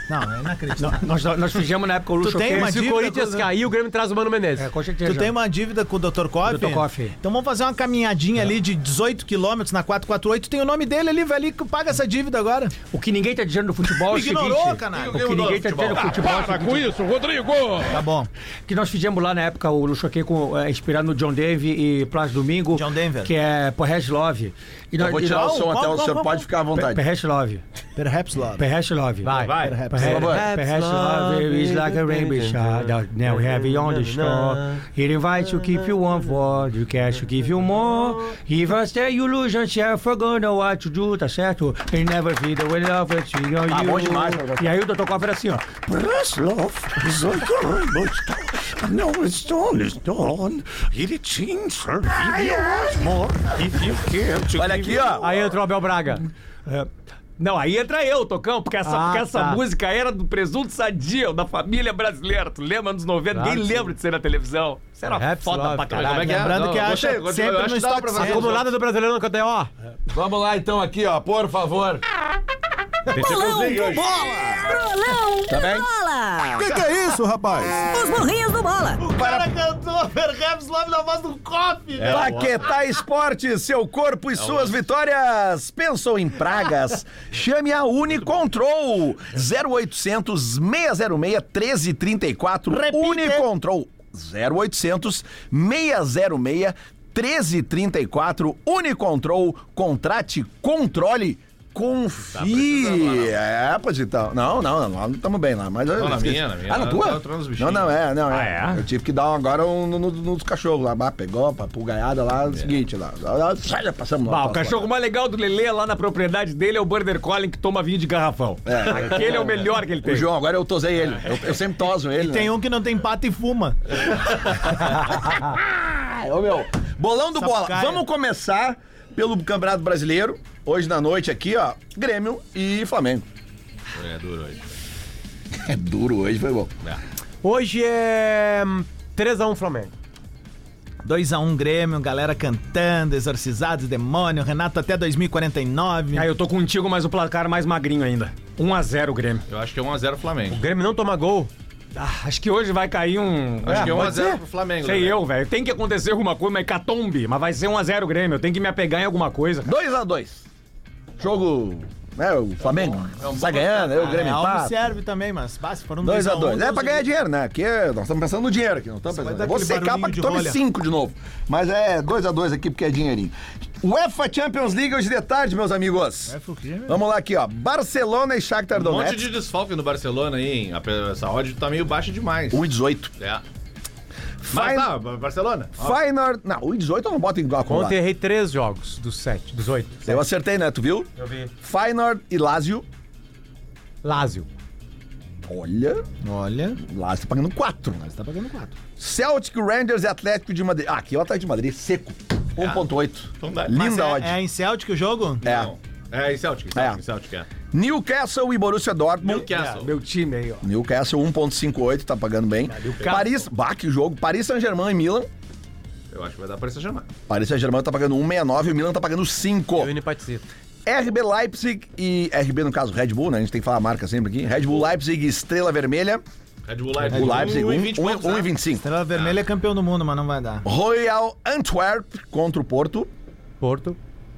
Speaker 3: Não, é inacreditável.
Speaker 6: Nós, nós fizemos na época o Luxo
Speaker 3: tem uma
Speaker 7: Se o
Speaker 3: dívida,
Speaker 7: Corinthians
Speaker 3: coisa-
Speaker 7: cair, o Grêmio traz o Mano Menezes.
Speaker 6: É, com certeza.
Speaker 3: Tu tem uma dívida com o Dr. Koff?
Speaker 6: Dr. Koff.
Speaker 3: Então vamos fazer uma caminhadinha ali de 18 quilômetros na 448. Tem o nome dele ali, velho, que paga essa dívida agora.
Speaker 6: O que ninguém tá dizendo no futebol é o
Speaker 3: Me ignorou,
Speaker 6: seguinte...
Speaker 3: canalha.
Speaker 6: O que ninguém tá dizendo no futebol é o seguinte,
Speaker 3: Tá bom.
Speaker 6: que nós fizemos lá na época o Luxoque com é, inspirado no John Denver e Plástico Domingo,
Speaker 3: John Denver.
Speaker 6: que é Perres Love. E nós,
Speaker 2: Eu vou
Speaker 6: e
Speaker 2: tirar o
Speaker 6: nós-
Speaker 2: som até o senhor pode ficar à vontade.
Speaker 6: Perres Love.
Speaker 3: Perhaps love.
Speaker 6: Perhaps love. Vai.
Speaker 4: Vai.
Speaker 6: Perhaps, perhaps love is like a rainbow shot that now we have on the shore. It invites you keep you one for the cash to give you more. If I stay you lose yourself, I gonna what to do, tá certo? They never feel the way love it's on you.
Speaker 2: Ah, bom demais, meu Deus.
Speaker 6: E aí o Dr. Coffee era assim, ó.
Speaker 5: Breslov is like a rainbow star. No stone is dawn. It changed for videos more. If you care to
Speaker 2: Olha aqui, ó.
Speaker 7: Aí entrou o Abel Braga.
Speaker 6: É. Não, aí entra eu, Tocão, porque essa,
Speaker 7: Ah,
Speaker 6: porque essa
Speaker 7: tá.
Speaker 6: música era do Presunto Sadio, da família brasileira. Tu lembra anos 90?
Speaker 7: Claro
Speaker 6: Ninguém
Speaker 7: que
Speaker 6: lembra de ser na televisão. Isso era
Speaker 7: Perhaps
Speaker 6: foda
Speaker 7: love.
Speaker 6: pra
Speaker 7: Mas como
Speaker 6: caralho. é
Speaker 3: Lembrando que acha
Speaker 4: gostei, gostei,
Speaker 3: sempre
Speaker 4: é? eu
Speaker 3: no
Speaker 4: acho que dá
Speaker 3: estoque
Speaker 4: pra fazer.
Speaker 7: Acumulada do Brasileiro no KTO.
Speaker 8: Vamos lá então aqui, ó, por favor.
Speaker 10: Bolão do Bola! Bolão do Bola!
Speaker 9: O que, que é isso, rapaz?
Speaker 10: Os burrinhos do Bola!
Speaker 3: cara cantou Perhaps love na voz do Koff.
Speaker 2: É, Paquetá Esportes, seu
Speaker 4: É
Speaker 2: corpo e suas vitórias. Pensou em pragas? Chame a Unicontrol 0800 606 1334. Unicontrol. 0800 606 1334 Unicontrol, contrate, controle,
Speaker 4: Tá
Speaker 2: confie. é, pois então. Não, não, não, não estamos bem lá. Mas eu
Speaker 4: na
Speaker 2: esqueci.
Speaker 4: minha, na minha,
Speaker 2: Ah, na
Speaker 4: eu
Speaker 2: tua?
Speaker 4: tava trocando os
Speaker 2: não,
Speaker 4: bichinhos.
Speaker 2: não, é, não, é.
Speaker 6: Ah, é?
Speaker 2: Eu tive que dar um- agora um no- no- nos cachorros lá. bah, pegou a pulgaiada lá, o seguinte lá. lá, lá, Passamos lá.
Speaker 6: Bah, o
Speaker 2: passamos lá.
Speaker 6: cachorro mais legal do Lelê lá na propriedade dele é o Border Collie que toma vinho de garrafão.
Speaker 2: É.
Speaker 6: Aquele é o melhor que ele tem. Ah, é.
Speaker 2: O João, agora eu tosei ele. Eu, eu sempre toso ele.
Speaker 3: Tem
Speaker 2: né?
Speaker 3: um que não tem pata e fuma.
Speaker 2: Ai, Ah, ô, meu. Bolão do bola.
Speaker 3: Sapucaia.
Speaker 2: Vamos começar pelo Campeonato Brasileiro. Hoje na noite aqui, ó. Grêmio e Flamengo.
Speaker 4: É duro hoje.
Speaker 2: É duro hoje, foi bom.
Speaker 7: Hoje é 3x1 Flamengo.
Speaker 3: 2x1 Grêmio, galera cantando, exorcizados, demônio, Renato até 2049.
Speaker 6: Aí Ah, eu tô contigo, mas o placar mais magrinho ainda. 1x0 o Grêmio.
Speaker 4: Eu acho que é 1x0 Flamengo.
Speaker 7: O Grêmio não toma gol.
Speaker 6: Ah, acho que hoje vai cair um.
Speaker 4: Acho que é
Speaker 6: pode
Speaker 4: 1x0
Speaker 6: ser.
Speaker 4: pro Flamengo,
Speaker 6: Sei
Speaker 4: né,
Speaker 6: eu, velho. Tem que acontecer alguma coisa, mas é catombe. Mas vai ser 1x0 o Grêmio. Eu tenho que me apegar em alguma coisa.
Speaker 2: 2x2.
Speaker 4: Um
Speaker 2: Jogo. É, o Flamengo.
Speaker 6: um
Speaker 2: sai ganhando,
Speaker 6: Ah,
Speaker 2: aí o
Speaker 6: é
Speaker 2: Grêmio
Speaker 3: Real me
Speaker 2: empata.
Speaker 3: serve também, mas basta, foram 2x1.
Speaker 2: 2x2. É pra ganhar dinheiro, né? Aqui é- nós estamos pensando no dinheiro aqui, não estamos
Speaker 3: vai
Speaker 2: pensando.
Speaker 3: dar
Speaker 2: Eu Vou
Speaker 3: aquele
Speaker 2: secar pra
Speaker 3: barulhinho
Speaker 2: que
Speaker 3: de
Speaker 2: tome
Speaker 3: rolha.
Speaker 2: 5 de novo. Mas é 2x2 aqui porque é dinheirinho. UEFA Champions League hoje de tarde, meus amigos.
Speaker 3: o É quê, meu?
Speaker 2: Vamos lá aqui, ó. Barcelona e Shakhtar
Speaker 4: Um monte
Speaker 2: Donetsk.
Speaker 4: de desfalque no Barcelona aí, hein? Ape- Essa odd tá meio baixa demais.
Speaker 2: 1,18.
Speaker 4: É. Mas
Speaker 2: Final.
Speaker 4: tá, Barcelona. Ó,
Speaker 2: Feyenoord. Não, 1,18 eu não boto igual a
Speaker 7: Ontem errei 3 jogos dos 7, dos 8.
Speaker 2: Eu acertei, né? Tu viu?
Speaker 7: Eu vi.
Speaker 2: Feyenoord e Lazio.
Speaker 7: Lázio.
Speaker 2: Olha,
Speaker 3: Olha,
Speaker 2: Lazio tá pagando 4.
Speaker 3: você tá pagando 4.
Speaker 2: Celtic, Rangers e Atlético de Madrid. Ah, aqui é o Atlético de Madrid, seco. 1.8.
Speaker 4: Então dá.
Speaker 3: É. Mas
Speaker 2: Linda
Speaker 3: é,
Speaker 2: odd.
Speaker 3: É em Celtic o jogo?
Speaker 2: É.
Speaker 4: Não. É, em Celtic, Celtic, Celtic, é.
Speaker 2: Newcastle e Borussia Dortmund. É.
Speaker 4: Newcastle.
Speaker 6: Meu time aí, ó.
Speaker 2: Newcastle 1.58, tá pagando bem.
Speaker 3: É,
Speaker 2: Paris, bah, que jogo. Paris Saint-Germain e Milan.
Speaker 4: Eu acho que vai dar pra se chamar.
Speaker 2: Paris Saint-Germain tá pagando 1.69 e o Milan tá pagando 5.
Speaker 7: Eu empatizei.
Speaker 2: RB Leipzig e... RB, no caso, Red Bull, né? A gente tem que falar a marca sempre aqui. Red Bull Leipzig e Estrela Vermelha.
Speaker 4: Red Bull Leipzig.
Speaker 2: O Leipzig,
Speaker 4: 1,20 pontos, né?
Speaker 2: 1,25.
Speaker 3: Estrela Vermelha é campeão do mundo, mas não vai dar.
Speaker 2: Royal Antwerp contra o Porto.
Speaker 7: Porto.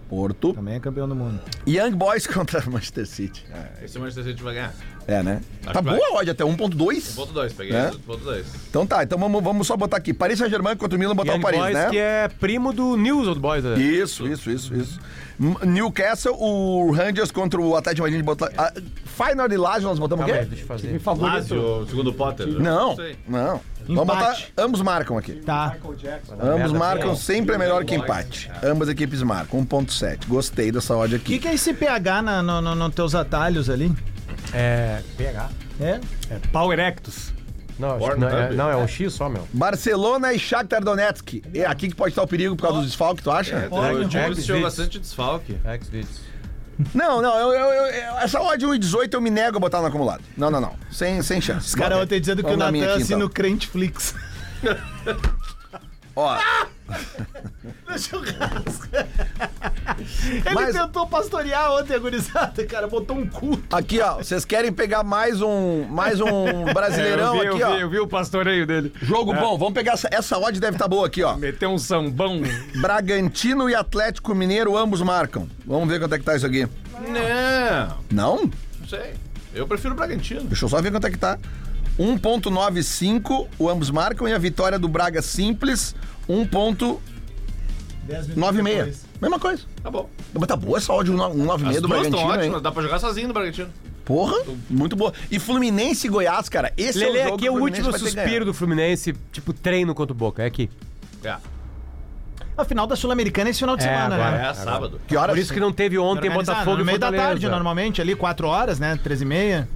Speaker 2: Porto.
Speaker 3: Também é campeão do mundo.
Speaker 2: Young Boys contra o Manchester City.
Speaker 4: Esse Manchester City vai ganhar.
Speaker 2: É, né?
Speaker 4: Acho
Speaker 2: tá
Speaker 4: que vai.
Speaker 2: boa a odd até 1.2.
Speaker 4: Ponto 2, peguei.
Speaker 2: É?
Speaker 4: Ponto 2.
Speaker 2: Então tá, então vamos, vamos só botar aqui. Paris Saint-Germain contra o Milan, botar
Speaker 7: Young
Speaker 2: o Paris,
Speaker 7: Boys,
Speaker 2: né?
Speaker 7: que é primo do News Old Boys. né?
Speaker 2: Isso, isso, isso, isso. M- Newcastle, o Rangers contra o Atlético de Madrid, botar... Ah, Final de Lazio, nós botamos o
Speaker 7: Calma aí,
Speaker 2: quê?
Speaker 7: É, deixa eu fazer.
Speaker 4: Lazio, segundo Potter.
Speaker 2: Não,
Speaker 4: Eu sei.
Speaker 2: não. Vamos botar...
Speaker 3: Empate.
Speaker 2: Ambos marcam aqui.
Speaker 3: Tá.
Speaker 2: Ambos
Speaker 7: merda,
Speaker 2: marcam,
Speaker 7: pô.
Speaker 2: sempre é melhor que empate. Ambas equipes marcam, 1.7. Gostei dessa odd
Speaker 3: O que,
Speaker 2: aqui.
Speaker 3: que é esse PH na, no, no, no teus atalhos ali?
Speaker 7: É. PH.
Speaker 3: É?
Speaker 6: É Power Erectus.
Speaker 7: Não, acho que
Speaker 4: Porn
Speaker 7: não, é,
Speaker 4: Hub.
Speaker 7: não, é um X só, meu.
Speaker 2: Barcelona e Shakhtar Donetsk. É aqui que pode estar o perigo por causa dos desfalques, tu acha?
Speaker 4: Eu
Speaker 7: é,
Speaker 4: tinha
Speaker 7: que
Speaker 4: esse jogo
Speaker 7: existe.
Speaker 4: bastante desfalque.
Speaker 7: Xvideos.
Speaker 2: Não, não, eu, eu- eu- eu- essa odd 1,18 eu me nego a botar no acumulado. Não, não, não. Sem, sem chance.
Speaker 3: Os caras ontem dizendo que o
Speaker 2: Vamos na minha
Speaker 3: Natan
Speaker 2: aqui,
Speaker 3: assina
Speaker 2: então.
Speaker 3: o Crenteflix.
Speaker 2: Ó,
Speaker 3: Ah! Ele
Speaker 2: Mas-
Speaker 3: tentou pastorear ontem a gurizada, cara. Botou um cu.
Speaker 2: aqui, ó. Vocês querem pegar mais um, mais
Speaker 3: É,
Speaker 2: um brasileirão
Speaker 6: eu, vi,
Speaker 2: aqui,
Speaker 6: eu,
Speaker 2: ó.
Speaker 6: vi, eu vi o pastoreio dele.
Speaker 2: Jogo bom, vamos pegar essa, essa odd deve estar boa aqui, ó.
Speaker 6: Meteu um sambão.
Speaker 2: Bragantino e Atlético Mineiro, ambos marcam. Vamos ver quanto é que tá isso aqui.
Speaker 4: Não,
Speaker 2: Não?
Speaker 4: não sei. Eu prefiro o Bragantino.
Speaker 2: Deixa eu só ver quanto é que tá. 1.95, o ambos marcam e a vitória do Braga simples, 1.96. Mesma coisa.
Speaker 4: Tá bom.
Speaker 2: Mas tá boa essa odd 1.96 do
Speaker 4: As duas estão
Speaker 2: Bragantino,
Speaker 4: ótimas,
Speaker 2: hein?
Speaker 4: dá pra jogar sozinho no Bragantino.
Speaker 2: Porra, muito boa. E Fluminense e Goiás, cara, esse
Speaker 7: Lele,
Speaker 2: é o jogo
Speaker 7: aqui é o
Speaker 2: Fluminense
Speaker 7: último
Speaker 2: vai ter que
Speaker 7: suspiro do Fluminense, tipo treino contra o Boca. É aqui.
Speaker 4: É,
Speaker 3: A final da Sul-Americana é esse final de
Speaker 7: É,
Speaker 3: semana,
Speaker 7: agora
Speaker 3: né?
Speaker 4: é sábado.
Speaker 2: ganhar. Que horas?
Speaker 7: Por isso que não teve ontem
Speaker 3: Organizado,
Speaker 7: Botafogo
Speaker 3: no
Speaker 7: e
Speaker 3: meio da
Speaker 7: Fortaleza.
Speaker 3: tarde, normalmente, ali, 4 horas, né? 13 e meia.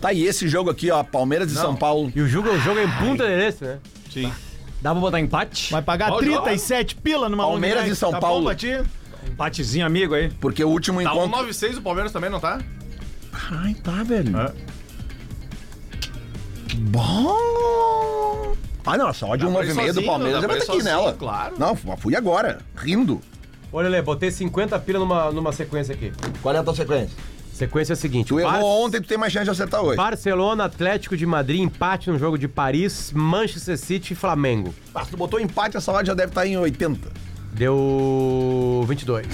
Speaker 2: Tá, e esse jogo aqui, ó, Palmeiras e São Paulo.
Speaker 7: E o jogo, o jogo é em Punta del Este, né?
Speaker 4: Sim.
Speaker 6: Dá pra botar empate?
Speaker 3: Vai pagar
Speaker 4: Olha,
Speaker 3: 37 pila numa
Speaker 2: Palmeiras
Speaker 3: unidade.
Speaker 2: e São
Speaker 3: tá
Speaker 2: Paulo.
Speaker 3: Bom pra ti?
Speaker 6: Empatezinho amigo aí.
Speaker 2: Porque o último
Speaker 4: Tá
Speaker 2: encontro.
Speaker 4: 196 o Palmeiras também, não tá?
Speaker 2: Ai, tá, velho.
Speaker 4: É.
Speaker 2: Que bom! Ah, não, só de
Speaker 4: Dá Tá pra
Speaker 2: 1,96
Speaker 4: ir
Speaker 2: do
Speaker 4: sozinho,
Speaker 2: Palmeiras
Speaker 4: dá
Speaker 2: eu vou
Speaker 4: pra ir
Speaker 2: ter que ir
Speaker 4: sozinho,
Speaker 2: nela.
Speaker 4: claro.
Speaker 2: Não, fui agora, rindo.
Speaker 7: Olha, Lele, botei 50 pila numa, numa sequência aqui.
Speaker 2: Qual é a tua sequência?
Speaker 7: Sequência é a seguinte.
Speaker 2: Tu errou
Speaker 7: Bar-
Speaker 2: ontem, tu tem mais chance de acertar hoje.
Speaker 7: Barcelona, Atlético de Madrid, empate no jogo de Paris, Manchester City e Flamengo.
Speaker 2: Ah, se tu botou tá empate, essa hora já deve estar em 80.
Speaker 7: Deu 22.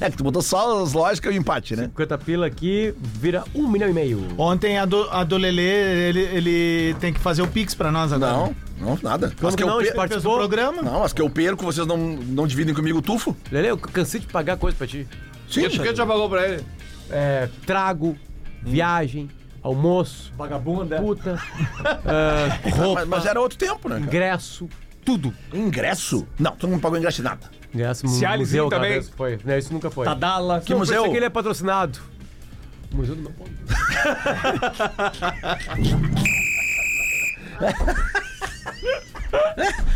Speaker 2: É que tu botou só as lógicas e o empate, né?
Speaker 7: 50 pila aqui vira um milhão e meio.
Speaker 3: Ontem a do, a do Lelê, ele, ele tem que fazer o Pix pra nós agora.
Speaker 2: Não, não, nada. Mas
Speaker 7: Como
Speaker 2: que é
Speaker 7: que não,
Speaker 2: eu
Speaker 7: ele
Speaker 2: per-
Speaker 3: Fez
Speaker 7: participou?
Speaker 3: o programa.
Speaker 2: Não, mas que eu perco, vocês não, não dividem comigo o tufo?
Speaker 7: Lele, eu cansei de pagar coisa pra ti.
Speaker 2: Sim,
Speaker 4: O que já pagou pra ele?
Speaker 7: É, trago, viagem, almoço,
Speaker 6: Vagabunda.
Speaker 7: puta, é, roupa,
Speaker 2: mas, mas era outro tempo, né? cara?
Speaker 7: ingresso, tudo.
Speaker 2: Ingresso? Não, tu não pagou ingresso de nada.
Speaker 7: Ingresso,
Speaker 6: Cialezinho
Speaker 7: museu, aquela
Speaker 6: também. Tá
Speaker 7: vez foi. Não, isso nunca foi.
Speaker 6: Tadala.
Speaker 7: Que
Speaker 6: Não,
Speaker 7: museu?
Speaker 2: museu?
Speaker 7: que ele é patrocinado. O Museu do meu povo.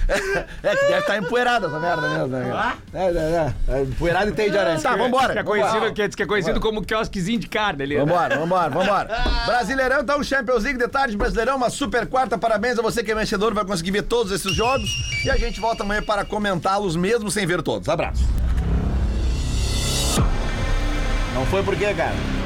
Speaker 2: É que deve estar empoeirada essa merda mesmo, né? cara? É, é, é. é. Empoeirada e tem de aranha. Tá, vambora.
Speaker 6: Que é conhecido, que é, que é conhecido como quiosquezinho de carne ali. né?
Speaker 2: Vambora, vambora, vambora. Brasileirão, então, Champions League de tarde, Brasileirão, uma super quarta. Parabéns a você que é vencedor, vai conseguir ver todos esses jogos. E a gente volta amanhã para comentá-los mesmo sem ver todos. Abraço. Não foi por quê, cara?